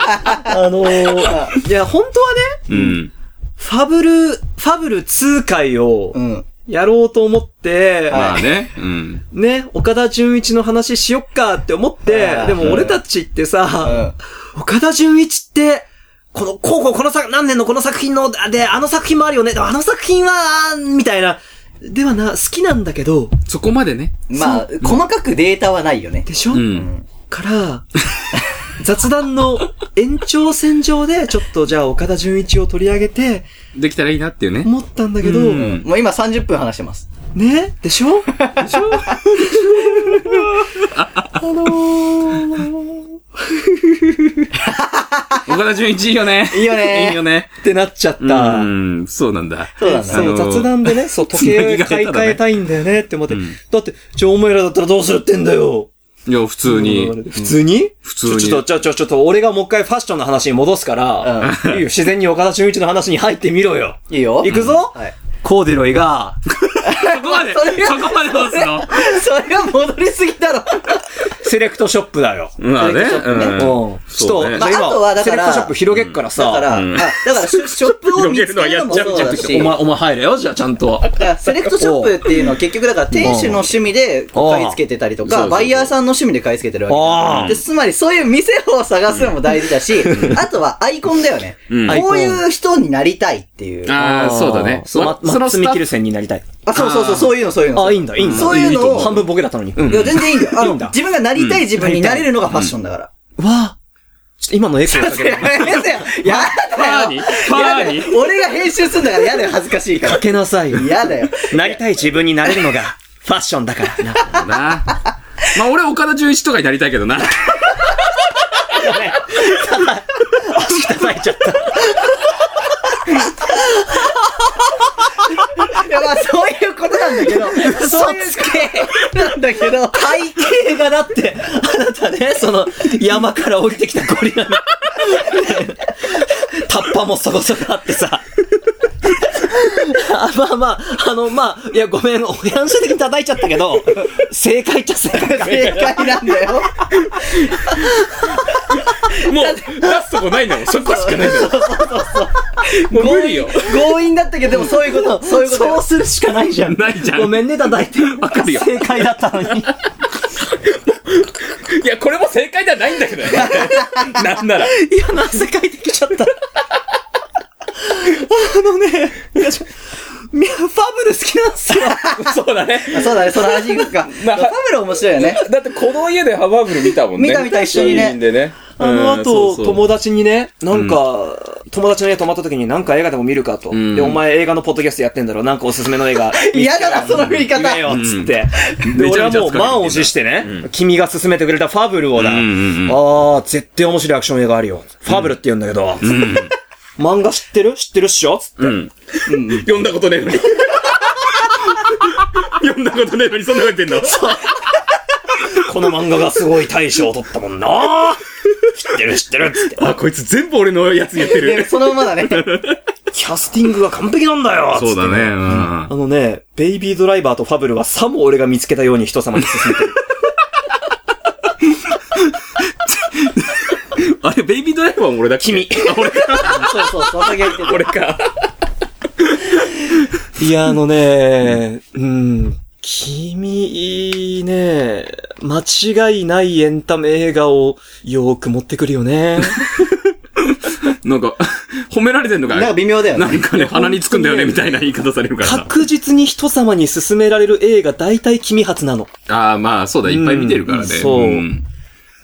B: あのー、いや、本当はね、
C: うん。
B: ファブル、ファブル2回を
A: うん。
B: やろうと思っ
A: は
B: て、
A: い
C: まあね。うん。
B: ね、岡田純一の話しよっかって思って
A: は、い
B: でも俺たちってさ、岡田純一って、この、こうこうこの作、何年のこの作品の、あで、あの作品もあるよね、でもあの作品は、あーみたいな、ではな、好きなんだけど、
C: そこまでね。
A: うん。まあ、細かくデータはないよね。
B: でしょ、
C: うん。
B: から、雑談の延長線上で、ちょっとじゃあ岡田純一を取り上げて、
C: できたらいいなっていうね。
B: 思ったんだけど、
C: うん
A: もう今30分話してます。
B: ねでし [laughs] ょでしょあのー、
C: 岡田純一いいよね。
A: いいよね
C: いいよね。
B: ってなっちゃった。
C: うん、そうなんだ。
A: そうだ
B: そ
A: な。
B: う、
C: あのー
B: 雑談でね、そう、時計買い替えたいんだよねって思って、
C: うん
B: だって、じゃあお前らだったらどうするってんだよ
C: いや、普通に。
B: 普通に
C: 普通に
B: ちょちょっと、ちょ、ちょ、ちょっと、俺がもう一回ファッションの話に戻すから、いいよ自然に岡田純一の話に入ってみろよ。
A: いいよ。
B: 行くぞ、
A: はい。 [laughs]
B: コーデュロイが、
C: そこまで、そこまでどうすの
A: それは戻りすぎだろ。
B: セレクトショップだよ。
C: まあね。
A: ちょっとね
B: うん。
C: うん。
B: ちょっ
C: そう
B: と、
C: ね
A: まああとはだから
B: セレクトショップ広げっからさ、
A: だから、
C: うん
A: あだからショ、ショップを見つけるのもそうだし、
B: お前、お前入れよ、じゃあちゃんと。
A: だからセレクトショップっていうのは結局だから店主の趣味で買い付けてたりと
C: そうそうそ
A: か、
C: う
A: バイヤーさんの趣味で買い付けてる
B: あ
A: わ
B: あ
A: け。でつまりそういう店を探すのも大事だし、 [laughs] あとはアイコンだよね。
C: うん
A: こういう人になりたいっていう。
C: ああ、そうだね。
B: そう、ま、
C: まそのス
B: 積
C: タ
B: み
C: ッ
B: 切る
C: フ
B: 線になりたい。
A: あ、そうそうそう、そういうの、そういうの。
B: あ、いいんだ、いいんだ。
A: そういう
B: と思
A: のを、
B: 半分ボケだったのに。うん
A: いや、全然いいんだよ。あ
B: いい
A: の、
B: んだ
A: 自分がなりたい自分になれるのがファッションだから。 [laughs]
B: わあ。ちょっと今のエコーだけど。
A: やだよやだ
C: パー
A: よ
C: にパーに
A: 俺が編集するんだからやだよ、恥ずかしいか。
B: からけなさいよ。
A: やだよ。
B: なりたい自分になれるのが、ファッション [laughs] だから。
C: な。まあ俺、岡田純一とかになりたいけ
A: [laughs]
C: どな。
B: 足叩いちゃった。
A: いや、まあ、そういうことなんだけど、そういう系なんだけど、
B: 体型がだって、あなたね、その、山から降りてきたゴリラの、 [laughs] タッパもそこそこあってさ。 [laughs] あまあまあ、あの、まあ、いや、ごめん、お反射的に叩いちゃったけど、正解っちゃ正
A: 正
B: 解。
A: 解なんだよ。
C: もう、出すとこないんだもん。そこしかないんだもん。もう無理よ。
A: 強引だったけど、でもそういうこと、そういうこと
B: そう
A: よ。
B: するしかないじゃん。
C: ないじゃん
B: ごめんね、叩いて。
C: わかるよ
B: 正解だったのに。
C: いや、これも正解ではないん
A: [laughs]
C: だけどね。なんなら。
B: いやな世界できちゃった。あのね、いやちょみファブル好きなんですよ。
C: そうだね。
A: [laughs] あそうだね、その話いくか。まあ、ファブル面白いよね。
C: [laughs] だってこの家でハバーブル見たもんね。
A: 見た見た一緒にね
C: 四人でね。
B: あの
C: うん
B: 後、
C: そうそう
B: 友達にね、なんか、友達の家泊まった時になんか映画でも見るかと。
C: ん
B: で、お前映画のポッドキャストやってんだろなんかおすすめの映
C: [laughs]
B: 画。
A: 嫌だな、その振り方。
B: 見れよ、つって。で、
C: めち
B: 俺
C: ゃ
B: は
C: めちゃ
B: もう満を持してね、君が勧めてくれたファブルをだ。あ
C: うんうんうん
B: ー、絶対面白いアクション映画あるよ。ファブルって言うんだけど。 [laughs] 漫画知ってる知ってるっしょつって
C: うん。読んだことねえのに。読んだことねえのに、そんなこと言ってんの。
B: この漫画がすごい大賞を取ったもんな [laughs] 知ってる知ってるっつって。
C: あ、こいつ全部俺のやつ言っ
A: で
C: て
A: [laughs]
C: る。
A: そのままだね。
B: キャスティングが完璧なんだよつって
C: そうだね。うん
B: あのね、ベイビードライバーとファブルはさも俺が見つけたように人様に勧めてる。
C: あれ、ベイビードライバーも俺だっけ
B: 君。
C: あ俺か。
A: そうそう、そう先が言ってる。
C: 俺か。
B: [laughs] いや、あのね、うん。君、ね、間違いないエンタメ映画をよーく持ってくるよ [laughs] ね。
C: なんか、褒められてんのか
A: なんか微妙だよ
C: な
A: ね。
C: んかね、鼻につくんだよね、みたいな言い方されるからな。
B: 確実に人様に勧められる映画大体君初なの。
C: ああ、まあ、そうだ、いっぱい見てるからね。
B: うんそうん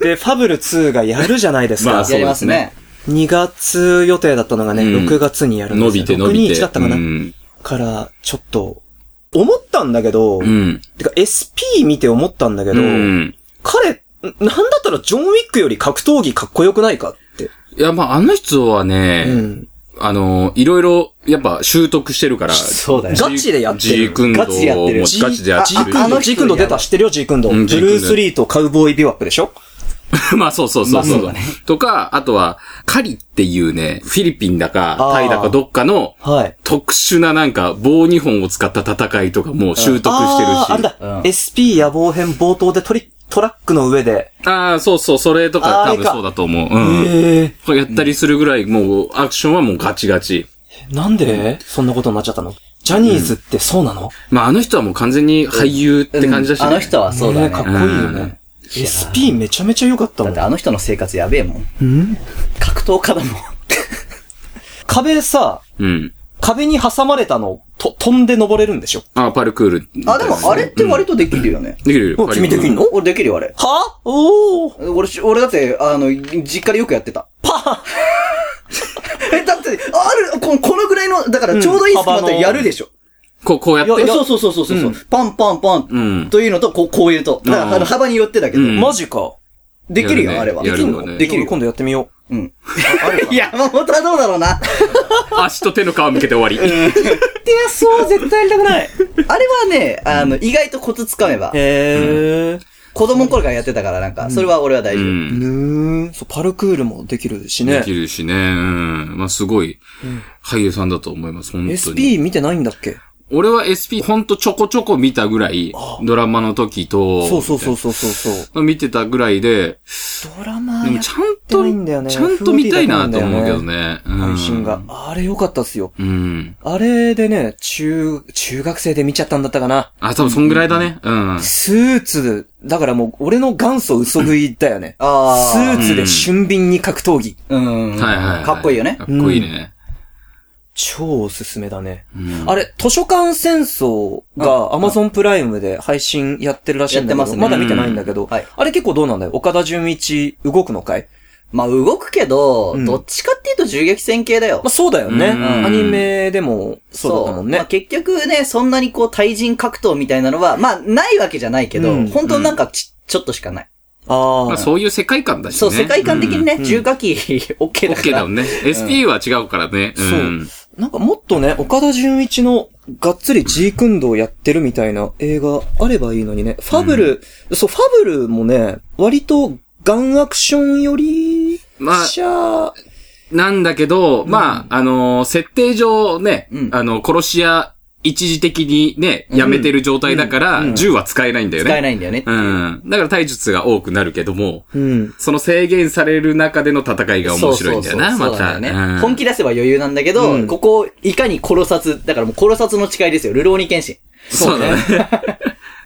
B: で、ファブル2がやるじゃないですか。
C: まあそう
A: やりますね。
B: 2月予定だったのがね、
C: うん
B: 6月にやるんですよ
C: 伸びて伸び
B: 6日
C: て。
B: だったかな、
C: うん。
B: から、ちょっと、思ったんだけど、
C: うん。
B: てか SP 見て思ったんだけ
C: う
B: ど、
C: ん。
B: 彼、なんだったらジョン・ウィックより格闘技かっこよくないかって。
C: いや、まあ、あの人はね、
B: うん。
C: あの、いろいろ、やっぱ、習得してるから、
A: そうだよ。
B: ガチでやってる
C: G 君
A: ガチでやってる
C: ガチでやって
A: あ
B: ジークン
A: あの
B: ド、
A: 人
B: ジークンド出
A: やば
B: た
A: い
B: 知ってるよ、ジークンド。
C: う
B: ブ
C: ん
B: ルース・リーとカウボーイ・ビワップでしょ
C: [laughs] まあそうそうそうそ
A: まあ
C: う。
A: そうだね
C: とか、あとは、カリっていうね、フィリピンだか
B: あー、
C: タイだかどっかの、
B: はい。
C: 特殊ななんか、棒2本を使った戦いとかもう習得してる
B: あーあれ
C: し。
B: だ、
A: うん
B: SP 野望編冒頭でトリ、トラックの上で。
C: ああ、そうそう、それと
B: あ
C: か
B: ーあ
C: 多
B: れ
C: 分
B: か
C: そうだと思う。うん。
B: ええ
C: これやったりするぐらい、もう、アクションはもうガチガチ。
B: なんでそんなことになっちゃったのジャニーズってそうなの、
C: まあ、あの人はもう完全に俳優って感じだしね。
A: あの人はそうだね。
B: ねえかっこ
A: だ
B: いいよね。SP めちゃめちゃ良かったも
A: って
B: ん。
A: あの人の生活やべえもん。
B: うん
A: 格闘家だもん。
B: 壁さ、
C: うん。
B: 壁に挟まれたの、と、飛んで登れるんでしょ
C: あ、パルクール。
A: あ、でもあれって割とできるよね。
C: できるよ。
B: もう
C: パルクール
B: 君できんの
A: 俺できるよ、あれ。
B: はおー
A: 俺し、俺だって、あの、実家でよくやってた。パーえ、だって、ある、この、このぐらいの、だからちょうどいい隙間っ
B: 幅の
A: てやるでしょ。
C: こう、こうやっ
B: い
C: て
B: や。
A: そうそうそうそうそう、
B: うん
A: パンパンパン、
C: うん
A: というのと、こう、こういうと。だから、あ
C: う
A: の、
C: ん
A: 幅によってだけど。
C: うん
B: マジか。
A: できるよ、
C: やるね
A: あれは。
C: や
A: で
C: る
A: きる
C: よね
A: のできるよ。
B: 今度やってみよ
A: うん。
B: [laughs]
A: 山本はどうだろうな。
C: [laughs] 足と手の皮向けて終わり。
B: う。いや、そう、絶対やりたくない。
A: あれはね、あの、意外とコツつかめば。
B: [laughs] へー。
A: 子供の頃からやってたから、なんか、それは俺は大
C: う
A: 丈夫。。
C: ん。
B: ぬーそう、パルクールもできるし
C: で
B: ね
C: き。るしね。うん。まあ、すごい、俳優さんだと思います、本当に。
B: SP 見てないんだっけ
C: 俺は SP ほんとちょこちょこ見たぐらい、ドラマの時と、
B: そうそうそうそうそうそう。
C: 見てたぐらいで、
B: ドラマ
C: でも
B: や
C: ちゃん
B: て
C: と、
B: ないんだよね
C: ちゃんと見たいなと思うけどね。うん
B: 配信が。。あれ良かったっすよ。
C: うん。
B: あれでね、中、中学生で見ちゃったんだったかな。
C: あ、多分そんぐらいだね。うん。
B: スーツ、だからもう俺の元祖嘘食いだよね
A: あ
B: ス
A: ー。
B: ーツで俊敏に格闘技。
A: うん。
C: はいはいはい。
A: かっこいいよね
C: かっこいいね。
B: 超おすすめだね。
C: うん
B: あれ、図書館戦争が Amazon プライムで配信やってるらしいんだけど、
A: やってますね
B: だ見てないんだけど、
A: んはい
B: あれ結構どうなんだよ。岡田純一動くのかい
A: まあ、動くけど、
B: うん
A: どっちかっていうと銃撃戦系だよ
B: まあ。そうだよね。
C: うん
B: アニメでもそうだったもんね。
A: まあ、結局ね、そんなにこう、対人格闘みたいなのは、まあ、ないわけじゃないけど、
B: うん
A: 本当なんかち、ちょっとしかない。
B: あ
C: ま
B: あ
C: あ、そういう世界観だしね。
A: そう、世界観的にね、
B: うん
A: 銃火器、OK [laughs]
C: うん。
A: だ
C: OK
A: から。
C: だもんね。SP は違うからね。
B: そう
C: うん。
B: なんかもっとね、岡田純一のがっつり G 君道やってるみたいな映画あればいいのにね。ファブル、そう、ファブルもね、割とガンアクションより、
C: まあ
B: シャー、
C: なんだけど、まあ、あのー、設定上ね
A: うん、
C: あの、殺し屋一時的にね、やめてる状態だから、銃は使えないんだよね。
A: 使えないんだよね。
C: うん。だから体術が多くなるけども、
B: うん。
C: その制限される中での戦いが面白いんだよな、
A: そう
C: ま
A: そうそうそ
C: た。
A: うだよね
C: うん
A: 本気出せば余裕なんだけど、
B: うん
A: ここをいかに殺さず、だからもう殺さずの誓いですよ。ルローニケンシン。
C: そうだね。 [laughs]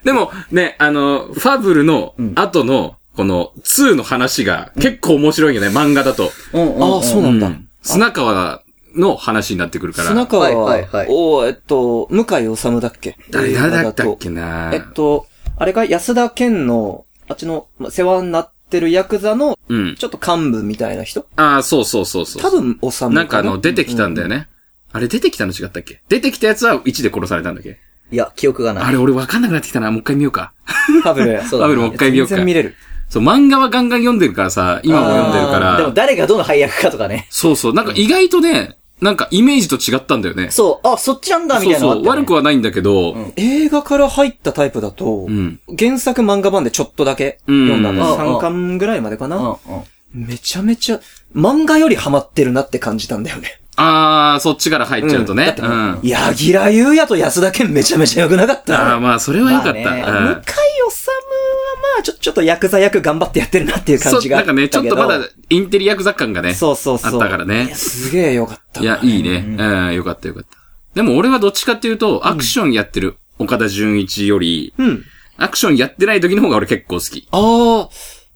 C: でもね、あの、ファブルの後の、この2の話が結構面白いよね、漫画だと。
A: うんうん、
B: ああ、そうなんだ。
C: うん砂川の話になってくるから。
B: 砂川は、
A: はいはいはい
B: おーえっと、向井治だっけ
C: 誰誰だったっ
B: 映
C: け
B: 画
C: な
B: だとえっと、あれが安田健の、あっちの、ま世話になってるヤクザの、
C: うん。
B: ちょっと幹部みたいな人
C: ああ、そうそうそうそう。
B: 多分、おさむ
C: なんかあの、出てきたんだよ
B: ね。
C: ね。あれ出てきたの違ったっけ出てきたやつは1で殺されたんだっけ
A: いや、記憶がない。
C: あれ俺わかんなくなってきたな。もう一回見ようか。
B: ファブル。
A: そう
C: フ
A: だね
C: ァブルもう一回見ようか
B: 全。然見れる。
C: そう、漫画はガンガン読んでるからさ、今も読んでるか
A: でも
C: ら。
A: 誰がどの配役かとかね。
C: そうそう。なんか意外とね、なんかイメージと違ったんだよね。
A: そう、あ、そっちなんだ、み
C: [laughs] そう
A: たいなのあ
C: そ
A: っ
C: う。
A: たよね、
C: 悪くはないんだけど、
B: 映画から入ったタイプだと、
C: うん。
B: 原作漫画版でちょっとだけ読んだんで
A: うん
B: 3巻ぐらいまでかな。
A: うんうん。
B: めちゃめちゃ、漫画よりハマってるなって感じたんだよね。
C: あー、そっちから入っちゃうと
B: だ
C: ね
B: っ。て
C: うん。あ
B: 柳楽優也と安田健めちゃめちゃ良くなかった。
C: ー、まあ、それは良かった。
A: まあね
B: 向井治
C: うん
B: はまあ、ちょ、ちょっとヤクザ役頑張ってやってるなっていう感
C: そう
B: じが
C: な
B: あ
C: ん
B: った
C: か
B: けど。
C: ね、ちょっとまだ、インテリアクザ感がね、
B: そうそうそう。
C: あったからね
B: いやすげえ良かった。
C: いや、いいね。うん、よかったよかった。でも俺はどっちかっていうと、アクションやってる岡田純一より、
B: うん。
C: アクションやってない時の方が俺結構好き。
B: あ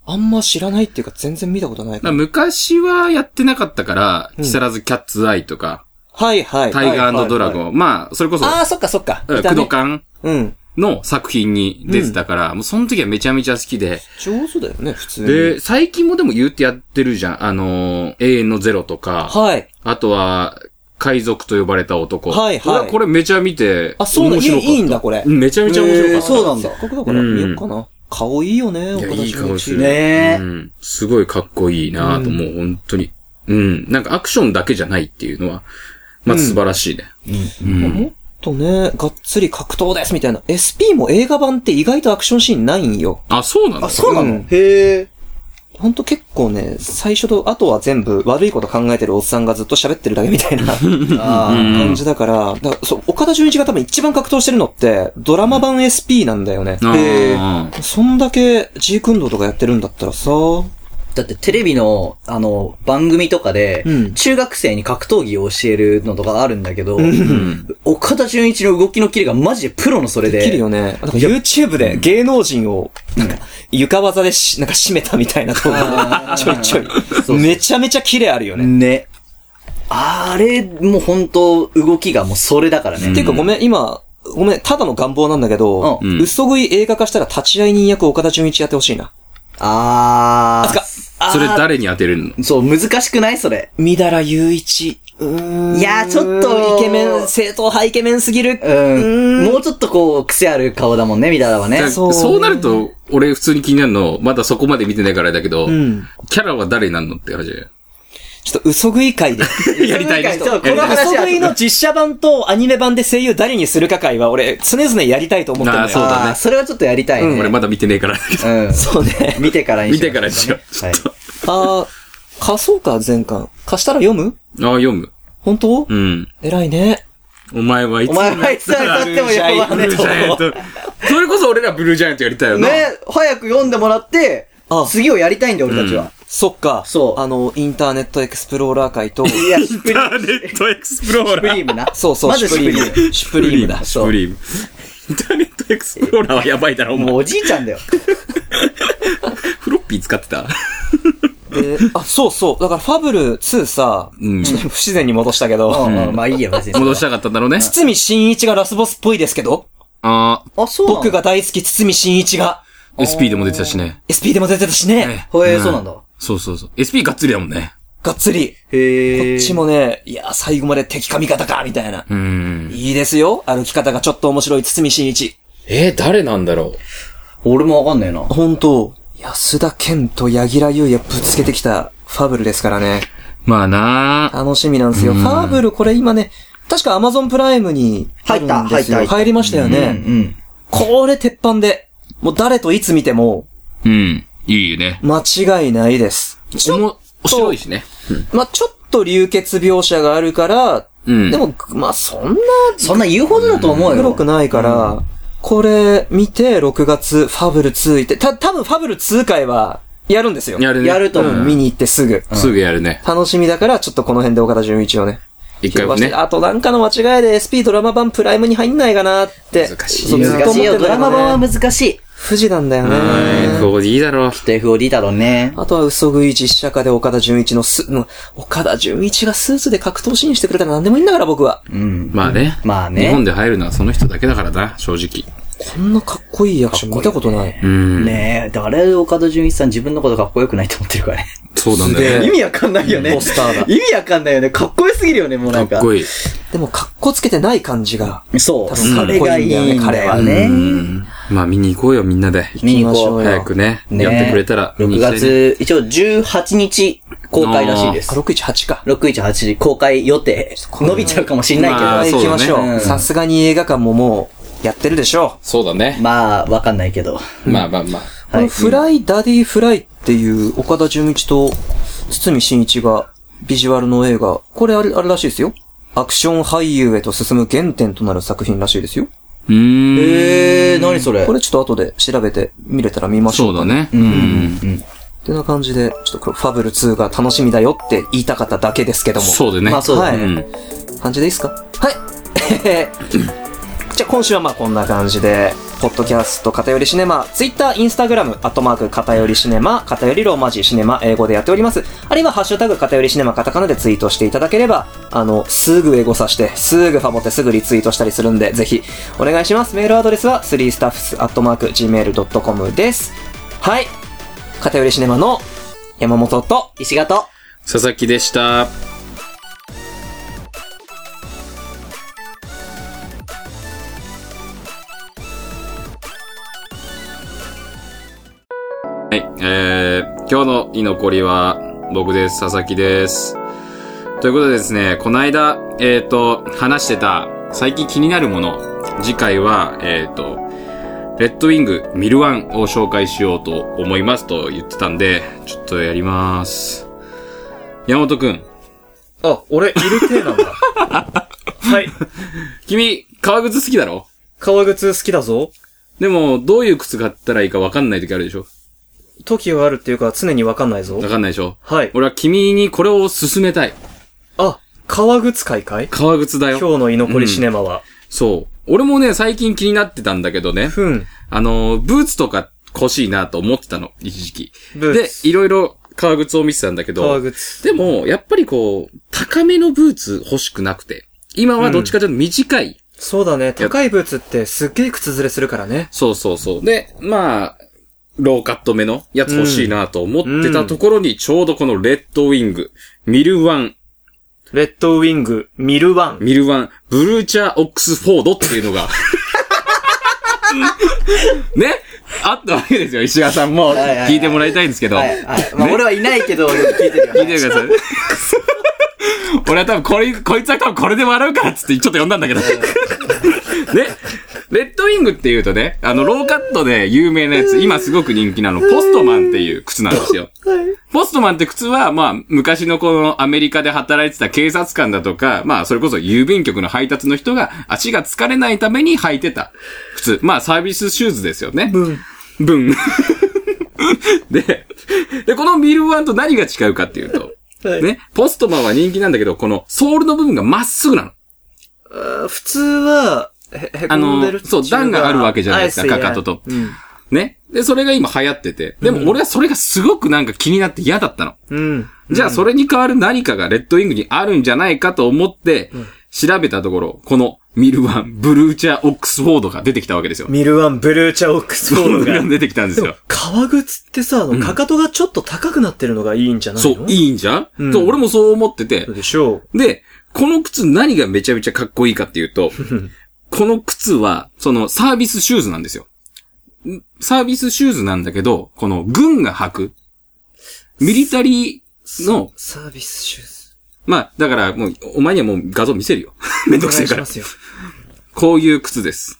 B: あ、あんま知らないっていうか全然見たことないか
C: だから
B: ら。
C: 昔はやってなかったから、
B: ん
C: 木更津キャッツアイとか、
B: はいはい。
C: タイガ
B: はいは
C: ー
B: い
C: ドラゴン、まあ、それこそ、
B: ああ、そっかそっか。
C: うん
B: いた
C: 工
B: ね
C: 藤館
B: うん。
C: の作品に出てたから、もうその時はめちゃめちゃ好きで、
B: 上手だよね、普通に。
C: で、最近もでも言うてやってるじゃん。あのー永遠のゼロとか、
B: はい。
C: あとは、海賊と呼ばれた男。
B: はいはい
C: 俺はこれめちゃ見て、
B: あ、そうだ、い
C: 面
B: い
C: 白かった
B: いいんだ、これ
C: う。んめちゃめちゃ面白かった。
A: えーそうなんだ
B: せっかくだから
C: うん
B: 見ようかな。顔いいよね、岡田
C: いや、いい顔してる。
B: ね。
A: ねえ
C: うん。すごいかっこいいなぁと、もう本当に。うん。なんかアクションだけじゃないっていうのは、まず素晴らしいね。うん。
B: もっとね、がっつり格闘ですみたいな。SP も映画版って意外とアクションシーンないんよ。
C: あ、そうなんだ。
A: あ、そうなの、
B: うん
A: へえ。
B: ほんと結構ね、最初と、あとは全部悪いこと考えてるおっさんがずっと喋ってるだけみたいな
A: あ
B: 感じだから、だからそう、岡田純一が多分一番格闘してるのって、ドラマ版 SP なんだよね。で、
C: あ
B: そんだけ G 君堂とかやってるんだったらさ、
A: ーだってテレビの、あの、番組とかで、
B: うん
A: 中学生に格闘技を教えるのとかあるんだけど、
C: ーうん。
A: 岡田純一の動きのキレがマジでプロのそれで。
B: できるよね。なんか YouTube で芸能人を、なんか、床技でし、なんか締めたみたいな動画、 [laughs] ちょいちょい。めちゃめちゃキレあるよね。
A: ね。あれ、もう本当動きがもうそれだからね。
B: っていうかごめん、今、ごめん、ただの願望なんだけど、
A: うん
B: 嘘食い映画化したら立ち会い人役岡田純一やってほしいな。
A: あー。あ
C: それ誰に当てるの
A: そう、難しくないそれ。
B: みだらゆういち。うーん
A: いやーちょっと
B: イケメン、正統派イケメンすぎる。
A: うん。もうちょっとこう、癖ある顔だもんね、みだらはね。
C: だ
B: そう
C: そうなると、俺普通に気になるの、まだそこまで見てないからだけど、
B: ん
C: キャラは誰になるのって話
A: [laughs]
C: だよ。
B: ちょっと嘘食い会 [laughs] で。
C: やりたいね
A: そうそうこ
C: やり
A: の
C: たい
A: 話
B: 嘘食いの実写版とアニメ版で声優誰にするか会は俺、常々やりたいと思ってるんだ
C: あーそう
B: よ。
C: だね
A: あーそれはちょっとやりたいね。
C: 俺まだ見てねえからだ [laughs] けど。
A: うん。
B: そうね。
A: 見てからに
C: 見
A: しよう
C: てからにしよう。
A: はい。
B: あー、貸そうか、全巻。貸したら読む
C: ああ、読む。
B: 本当、
C: うん。
B: 偉いね。
C: お前はいつ
A: お前はいつまで経っても読ま
C: ブ
A: ね
C: ルージャイアント。それこそ俺らブルージャイアントやりたいよ
A: え。
C: な。
A: ね、早く読んでもらって
B: あ、
A: 次をやりたいんだよ、俺たちは。
B: そっか。
A: そう
B: あの、インターネットエクスプローラー会と、
A: いや、シュプリ
C: ターネットエクスプロー
A: シュプ
C: ラ
A: リ
C: ー。
A: ームな。
B: そうそう、
A: まずシュプリーム。
B: シュプリームだ。
C: シュプリーム。インターネットエクスプローラーはやばいだろ、お
A: もう
C: 前。
A: おじいちゃんだよ。
C: フロッピー使ってた。
B: で、あ、そうそう。だから、ファブル2さ、
C: うん
B: ちょっと不自然に戻したけ
A: う
B: ど、
A: んうん、まあいいよ、別に。
C: 戻したかったんだろうね。
B: 堤真一がラスボスっぽいですけど、
C: あ
A: あ、そうなんだ
B: 僕が大好き堤真一が、
C: あ、SP でも出てたしね。
B: SP でも出てたしね、
A: へえ、そうなんだ。
C: そうそうそう。SP がっつりだもんね。
B: がっつり。こ
A: へえ。
B: っちもね、いやー、最後まで敵か味方か、みたいな。
C: うん。
B: いいですよ。歩き方がちょっと面白い堤真一。
C: えー、誰なんだろ
A: 俺もわかんねえな。
B: 本当安田健と柳楽優也ぶつけてきたファブルですからね。
C: う。まあな
B: 楽しみなんですよ。ファーブルこれ今ね、確か Amazon プライムに
A: 入った
B: あるんですよ
A: 入った入った
B: 入りましたよ
A: うんう
B: ね。
A: ん。
B: これ鉄板で、もう誰といつ見ても
C: うん。いいよね。
B: 間違いないです。ち
C: お
B: ょっ
C: も、白いしね。
B: と、まあ、ちょっと流血描写があるから、
C: うん
B: でも、まあ、そんな
A: そんな言うほどだと思うよ。
B: 黒くないから、これ見て6月ファブル2行って、た、多分ファブル2回はやるんですよ。
C: やるね。
A: やると思う
B: うん見に行ってすぐ。
C: すぐやるね。
B: 楽しみだから、ちょっとこの辺で岡田純一をね。
C: 一回もね
B: あとなんかの間違いで SP ドラマ版プライムに入んないかなって。
C: 難しい
B: そうずっと
A: 難
B: 思
A: し
B: っ
A: い
B: て
A: よ。
B: た
A: ドラマ版は
B: ね。
A: 難しい。
B: 富士なんだよ
C: はい。
B: ね。
C: ここでいいだろう。
A: FOD だろうね。
B: あとは嘘食い実写化で岡田純一のス、うん岡田純一がスーツで格闘シーンしてくれたら何でもいいんだから僕は。
A: うん。
C: まあね。
A: まあね
C: 日本で入るのはその人だけだからな、正直。
B: こんなかっこいい役者見たことない。
C: うん。
A: ねえ、だからあれ岡田純一さん自分のことかっこよくないと思ってるからね。
C: そうなんだ
B: す
C: よ
B: げ
C: ね。
A: [laughs]
B: え
A: 意味わかんないよね。
B: ポスターだ
A: 意味わかんないよね。かっこよすぎるよね、もうな
C: か
A: んか。
C: っこいい。
B: でもかっこつけてない感じが。
A: い。そう。
B: 多分
A: それがいいんだよ
B: 彼
A: ね
C: う。ん。まあ見に行こうよ、みんなで。
A: 見に行
B: 行きましょ
A: こ
B: う
A: う
B: よ。
C: 早くね、
A: ね
C: やってくれたら見に
A: 6
C: 行きたいね。
A: 月、一応18日公開らしいで
B: あ
A: す。
B: 618か。
A: 618公開予定。伸びちゃうかもしんないけど。
C: まあ
B: はい行きましょ
C: そう
A: だねう
B: う。
A: ん
B: さすがに映画館ももうやってるでしょ
C: そうだね。
A: まあ、わかんないけど。
C: まあまあまあ。
B: う。このフライダディフライっていう岡田純一と堤真一がビジュアルの映画、これあれあれらしいですよ。アクション俳優へと進む原点となる作品らしいですよ。
C: うーん。
A: えー、何それ
B: これちょっと後で調べて見れたら見ましょ。
C: そううだね。うん。
B: ってな感じで、ちょっとこれファブル2が楽しみだよって言いたかっただけですけども。
C: そうだね。
A: まあそうだ
B: はい
A: ね。
C: ん。
B: 感じでいいですかはい。えーじゃあ今週はまあこんな感じで、ポッドキャスト偏りシネマ、ツイッター、インスタグラム、アットマーク偏りシネマ、偏りローマ字シネマ、英語でやっております。あるいはハッシュタグ偏りシネマカタカナでツイートしていただければ、あの、すぐエゴさして、すぐファボってすぐリツイートしたりするんで、ぜひお願いします。メールアドレスは 3staffs アットマーク gmail.com です。はい。偏りシネマの山本と、
A: 石形
C: 佐々木でした。はい、えー、今日の居残りは僕です、佐々木です。ということでですね、この間、えっ、と、話してた、最近気になるもの、次回は、えっ、と、レッドウィング、ミルワンを紹介しようと思いますと言ってたんで、ちょっとやります。山本くん、
B: あ、俺、入れてなんだ。はい。
C: 君、革靴好きだろ
B: 革靴好きだぞ。
C: でも、どういう靴買ったらいいか分かんない時あるでしょ
B: 時はあるっていうか、常にわかんないぞ
C: 分。かんないでしょ
B: はい。
C: 俺は君にこれを勧めたい。
B: あ、革靴買い替え
C: 革靴だ
B: 今日
C: よ。
B: の居残りシネマは。
C: そう。俺もね、最近気になってたんだけどね。
B: ふん。
C: あの、ブーツとか欲しいなと思ってたの、一時期。
B: ブーツ
C: で、いろいろ革靴を見てたんだけど。
B: 革靴。
C: でも、やっぱりこう、高めのブーツ欲しくなくて。今はどっちかというと短い。
B: そうだね。高いブーツってすっげえ靴ずれするからね。
C: そうそうそう。で、まあ、ローカット目のやつ欲しいなと思ってたところに、ちょうどこのレッドウィング、ミルワン、
B: レッドウィング、ミルワン。
C: ミルワン、ブルーチャーオックスフォードっていう
A: [laughs]
C: のが。ねあったわけですよ。石川さんも
A: はいはい
C: 聞いてもらいたいんですけど。
A: はい、はい。まあ、俺はいないけど、聞いてるよ。
C: [laughs] 聞いてください。俺は多分これ、こいつは多分これで笑うからっつってちょっと呼んだんだけど。ね、レッドウィングって言うとね、あの、ローカットで有名なやつ、今すごく人気なの、ポストマンっていう靴なんですよ。ポストマンって靴は、まあ、昔のこのアメリカで働いてた警察官だとか、まあ、それこそ郵便局の配達の人が足が疲れないために履いてた靴。まあ、サービスシューズですよね。
B: ブン。
C: 分。 [laughs] で、で、このミルワンと何が違うかってい
B: [laughs]
C: うと、
B: はい
C: ね、ポストマンは人気なんだけど、このソールの部分がまっすぐなの。
B: あー普通は、へ、へこんでる
C: あのそう段があるわけじゃないですかかかとと
B: うん。
C: ね。で、それが今流行ってて。でも俺はそれがすごくなんか気になって嫌だったの。
B: うん。
C: じゃあそれに代わる何かがレッドウィングにあるんじゃないかと思って、調べたところ、このミルワン、ブルーチャー、オックスフォードが出てきたわけですよ。
B: ミルワン、ブルーチャオックスフォード
C: が
B: が。
C: [laughs] 出てきたんですよ。
B: 革靴ってさ、あの、かかとがちょっと高くなってるのがいいんじゃない
C: そ
B: の
C: う、いいんじゃん、
B: うん
C: と俺もそう思ってて
B: そ。うでしょう。
C: で、この靴何がめちゃめちゃかっこいいかっていうと、この靴は、そのサービスシューズなんですよ。んサービスシューズなんだけど、この軍が履く、ミリタリーの、
B: サービスシューズ。
C: まあ、だからもう、お前にはもう画像見せるよ。めんどくせえか
B: お願
C: ら
B: い。しますよ
C: こういう靴です。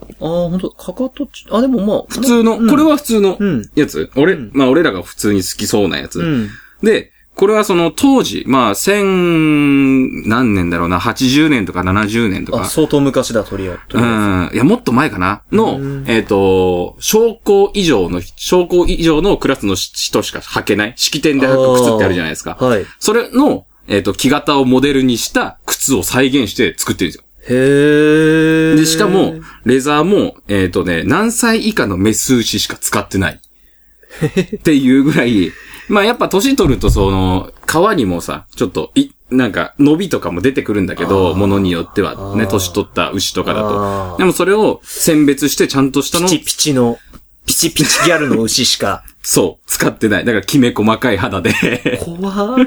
B: ああ、ほんと、かかとち、あ、でもまあ、
C: 普通の、これは普通の
B: うん
C: やつ。俺、まあ俺らが普通に好きそうなやつ。
B: うん。
C: で、これはその当時、まあ、千、何年だろうな、80年とか70年とか。
B: あ、相当昔だ、とりあえずとりあえ
C: うん。いや、もっと前かなの、えっ、と、将校以上の、将校以上のクラスの人しか履けない、式典で履く靴ってあるじゃないですか。
B: ず。はい。
C: それの、えっ、と、木型をモデルにした靴を再現して作ってるんですよ。
B: へえ。
C: で、しかも、レザーも、えっ、とね、何歳以下のメス牛しか使っ
B: [laughs]
C: てない。っていうぐらい、まあやっぱ年取るとその、皮にもさ、ちょっと、い、なんか、伸びとかも出てくるんだけど、ものによっては、ね、
B: あー
C: 年取った牛とかだ
B: あ
C: と。
B: ー
C: でもそれを選別してちゃんとした
B: ピ
C: の、
B: チピチの、ピチピチギャルの牛し
C: [laughs]
B: か。
C: そう、使ってない。だからきめ細かい肌で、 [laughs]
B: 怖い。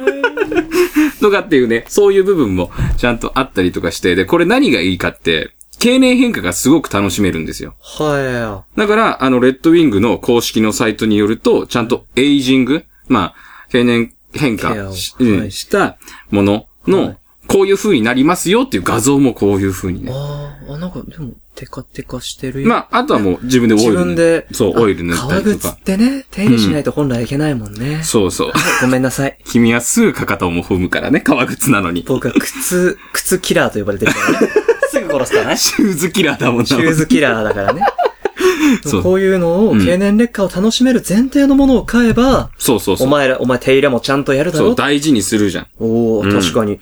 C: とかっていうね、そういう部分もちゃんとあったりとかして、で、これ何がいいかって、経年変化がすごく楽しめるんですよ。
B: は
C: だから、あの、レッドウィングの公式のサイトによると、ちゃんとエイジング、まあ、経年変
B: ケア
C: 化
B: を
C: し,、
B: はい
C: うんしたものの、こういう風になりますよっていう画像もこういう風に
B: い。
C: ね。
B: ああ、あ、なんか、でも、テカテカしてるよ。
C: まあ、あとはもう自分でオイル
B: 自
C: 塗
B: 分で。
C: そう、
B: あ
C: オイル塗ったりと
B: 革
C: か
B: 靴っ。てね、手入れしないと本来いけないもんね。
C: そうそう。
B: ごめんなさい。
C: 君はすぐかかとも踏むからね、革靴なのに。
B: 僕は靴、靴キラーと呼ばれてるからね。
A: すぐ殺すからね。
C: シューズキラーだもんな。
B: シューズキラーだからね。
C: [laughs] そう
B: こういうのを、
C: ん
B: 経年劣化を楽しめる前提のものを買えば、
C: そうそう
B: お
C: そう。
B: 前ら、お前手入れもちゃんとやるだろ
C: そうう、大事にするじゃん。
B: おお、確かに。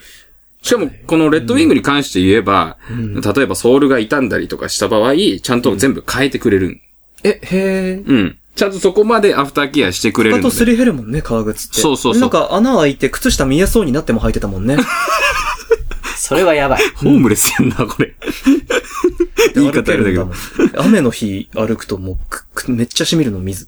C: しかも、このレッドウィングに関して言えば、例えばソールが傷んだりとかした場合、ちゃんと全部変えてくれる。
B: え、へえ。
C: うん。ちゃんとそこまでアフターケアしてくれる
B: か
C: の
B: と。
C: です
B: り減るもんね、革靴って。
C: そうそうそう
B: なんか穴開いて靴下見えそうになっても履いてたもんね。
A: それはやばい。
C: ホームレスやんな、これ。 [laughs] 言い方あれだけど
B: 歩。けるんだもん。雨の日歩くともうく、くめっちゃ染みるの水。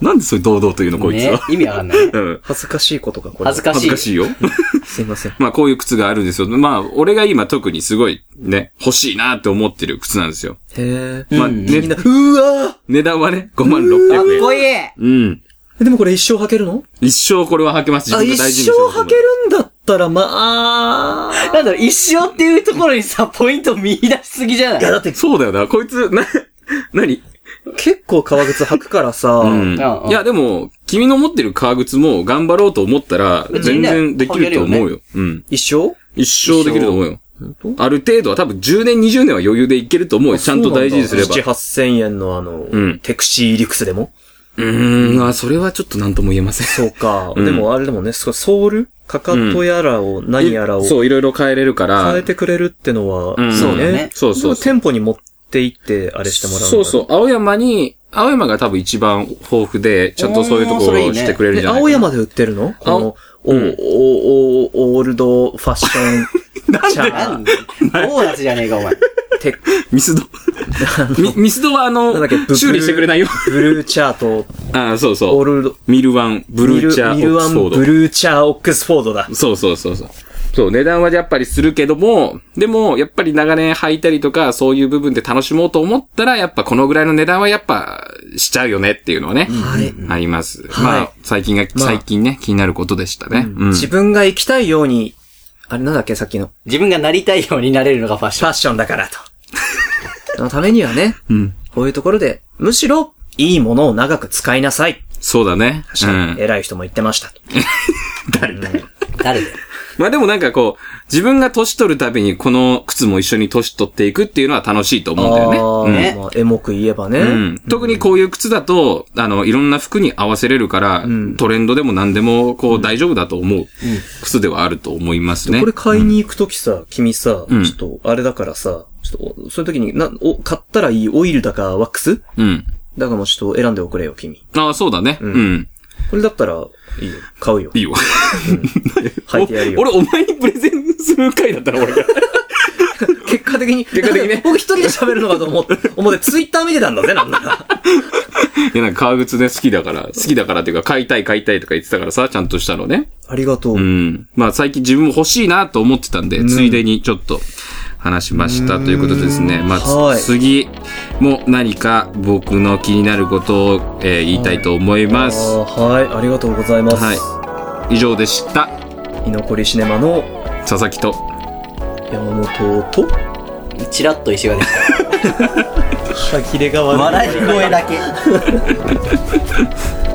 C: なんでそれ堂々と言うの、こいつ
A: ね
C: は。、
A: 意味わかんない。
C: うん。
B: 恥ずかしいことか、これ。
A: 恥ずか
C: 恥
A: し
C: ず
A: い。
C: かしいよ。 [laughs]
B: すいません。
C: まあ、こういう靴があるんですよ。まあ、俺が今特にすごいね、欲しいなって思ってる靴なんですよ。
B: へえ。
C: まあ、
A: うん
B: みん
C: ね
B: な、、うわ
C: 値段はね、5万600円。
A: かっこいい
C: うん。
B: ーでもこれ一生履けるの
C: 一生これは履けます。
B: あ、
C: 自分
B: 一
C: が大事に
B: 生
C: してると思う
B: 履けるんだっったら、まあ、
A: なんだろう、一生っていうところにさ、ポイント見出しすぎじゃない
B: いや、だって
C: そうだよな。こいつ、な、 [laughs] なに
B: 結構革靴履くからさ、
C: うん。
A: うんうん
C: いや、でも、君の持ってる革靴も頑張ろうと思ったら、
A: 別に
C: 全
A: ね
C: 然できると思う
A: 履け
C: よ。うん。
B: 一生
C: 一生できると思うよ。ある程度は多分10年、20年は余裕でいけると思うよ。ちゃんと大事にすれば。
B: 7、8千円のあの、
C: ん
B: テクシーリクスでも
C: うーん、あ、それはちょっと何とも言えません。
B: そうか。
C: うん
B: でもあれでもね、そうソールかかとやらを、何やらを
C: いそう、いろいろ変えれるから。
B: 変えてくれるってのは、
C: うん
B: そう
A: そう
B: ね
A: ね。
C: そうそうそう
B: でも店舗に持って行って、あれしてもらうんだ
C: そうそう。青山に、青山が多分一番豊富で、ちゃんとそういうとこ
A: おーそれ
C: ろ
A: いい
C: を
A: ね
C: してくれるん
B: え
C: じゃない
B: 青山で売ってるのこの、お、
C: ん
B: お、お、オールドファッション、チャ
A: な
B: ー
A: んでボーナスじゃねえか、お前。
B: テ [laughs]
C: ミスド。みミスドはあの
B: なんだっけブ、
C: 修理してくれないよ。
B: ブルーチャート、
C: あそう
B: オ
C: そ
B: ー
C: う。
B: ルド、
C: ミルワン、ブルーチャ
B: ミルミル
C: ー、オック
B: ワ
C: スフォ
B: ン、
C: ード
B: ブ。ルーチャー、オックスフォードだ。
C: そうそうそうそう。そう、値段はやっぱりするけども、でも、やっぱり長年履いたりとか、そういう部分で楽しもうと思ったら、やっぱこのぐらいの値段はやっぱ、しちゃうよねっていうのはね、
B: はい
C: あります。
B: はい
C: まあ、最近が、
B: まあ
C: 最近ね、気になることでしたね。うん
B: 自分が行きたいように、あれなんだっけ、さっきの。
A: 自分がなりたいようになれるのがファッシ
B: ファ
A: ョン。
B: ッションだ [laughs] からと。そのためにはね、
C: うん
B: こういうところで、むしろ、いいものを長く使いなさい。
C: そうだね。
B: 確かに、
C: うん
B: 偉い人も言ってました。
A: 誰だよ。
C: まあでもなんかこう、自分が年取るたびにこの靴も一緒に年取っていくっていうのは楽しいと思うんだよね。
B: あ
A: ね
B: ーまあ、エモく言えばね。
C: うんうん特にこういう靴だと、あの、いろんな服に合わせれるから、トレンドでも何でも、こう、大丈夫だと思う靴ではあると思いますね。
B: これ買いに行くときさ、君さ、
C: うん
B: ちょっと、あれだからさ、ちょっとお、そういうときに、な、お、買ったらいいオイルだかワックス
C: うん。
B: だからもうちょっと選んでおくれよ、君。
C: ああ、そうだね。うん。
B: これだったら、いいよ。買うよ
C: い。いよ。
B: 履いてやるよ。
C: [laughs] 俺、お前にプレゼンする回だったら
B: [laughs]
C: 俺が。
B: 結果的に、結
C: 果的にね
B: [laughs] 僕一人で喋るのかと思って、思って、ツイッター見てたんだぜ、なんな
C: [laughs]
B: ら。
C: いや、なんか革靴ね、好きだから、好きだからっていうか、買いたい買いたいとか言ってたからさ、ちゃんとしたのね。
B: ありがとう。
C: うん。まあ最近自分も欲しいなと思ってたんで、ついでにちょっと話しましたということでですね。まあ、つ
B: はい
C: 次も何か僕の気になることを、えー言いたいと思いま
B: あ
C: す。
B: ーはい、ありがとうございます。
C: は以上でした。
B: 居残りシネマの
C: 佐々木と。
B: 山本と、
A: チラッと石が出て
C: [laughs]
A: き
B: 歯切れが
A: た。
B: 悪い。
A: 笑い声だけ。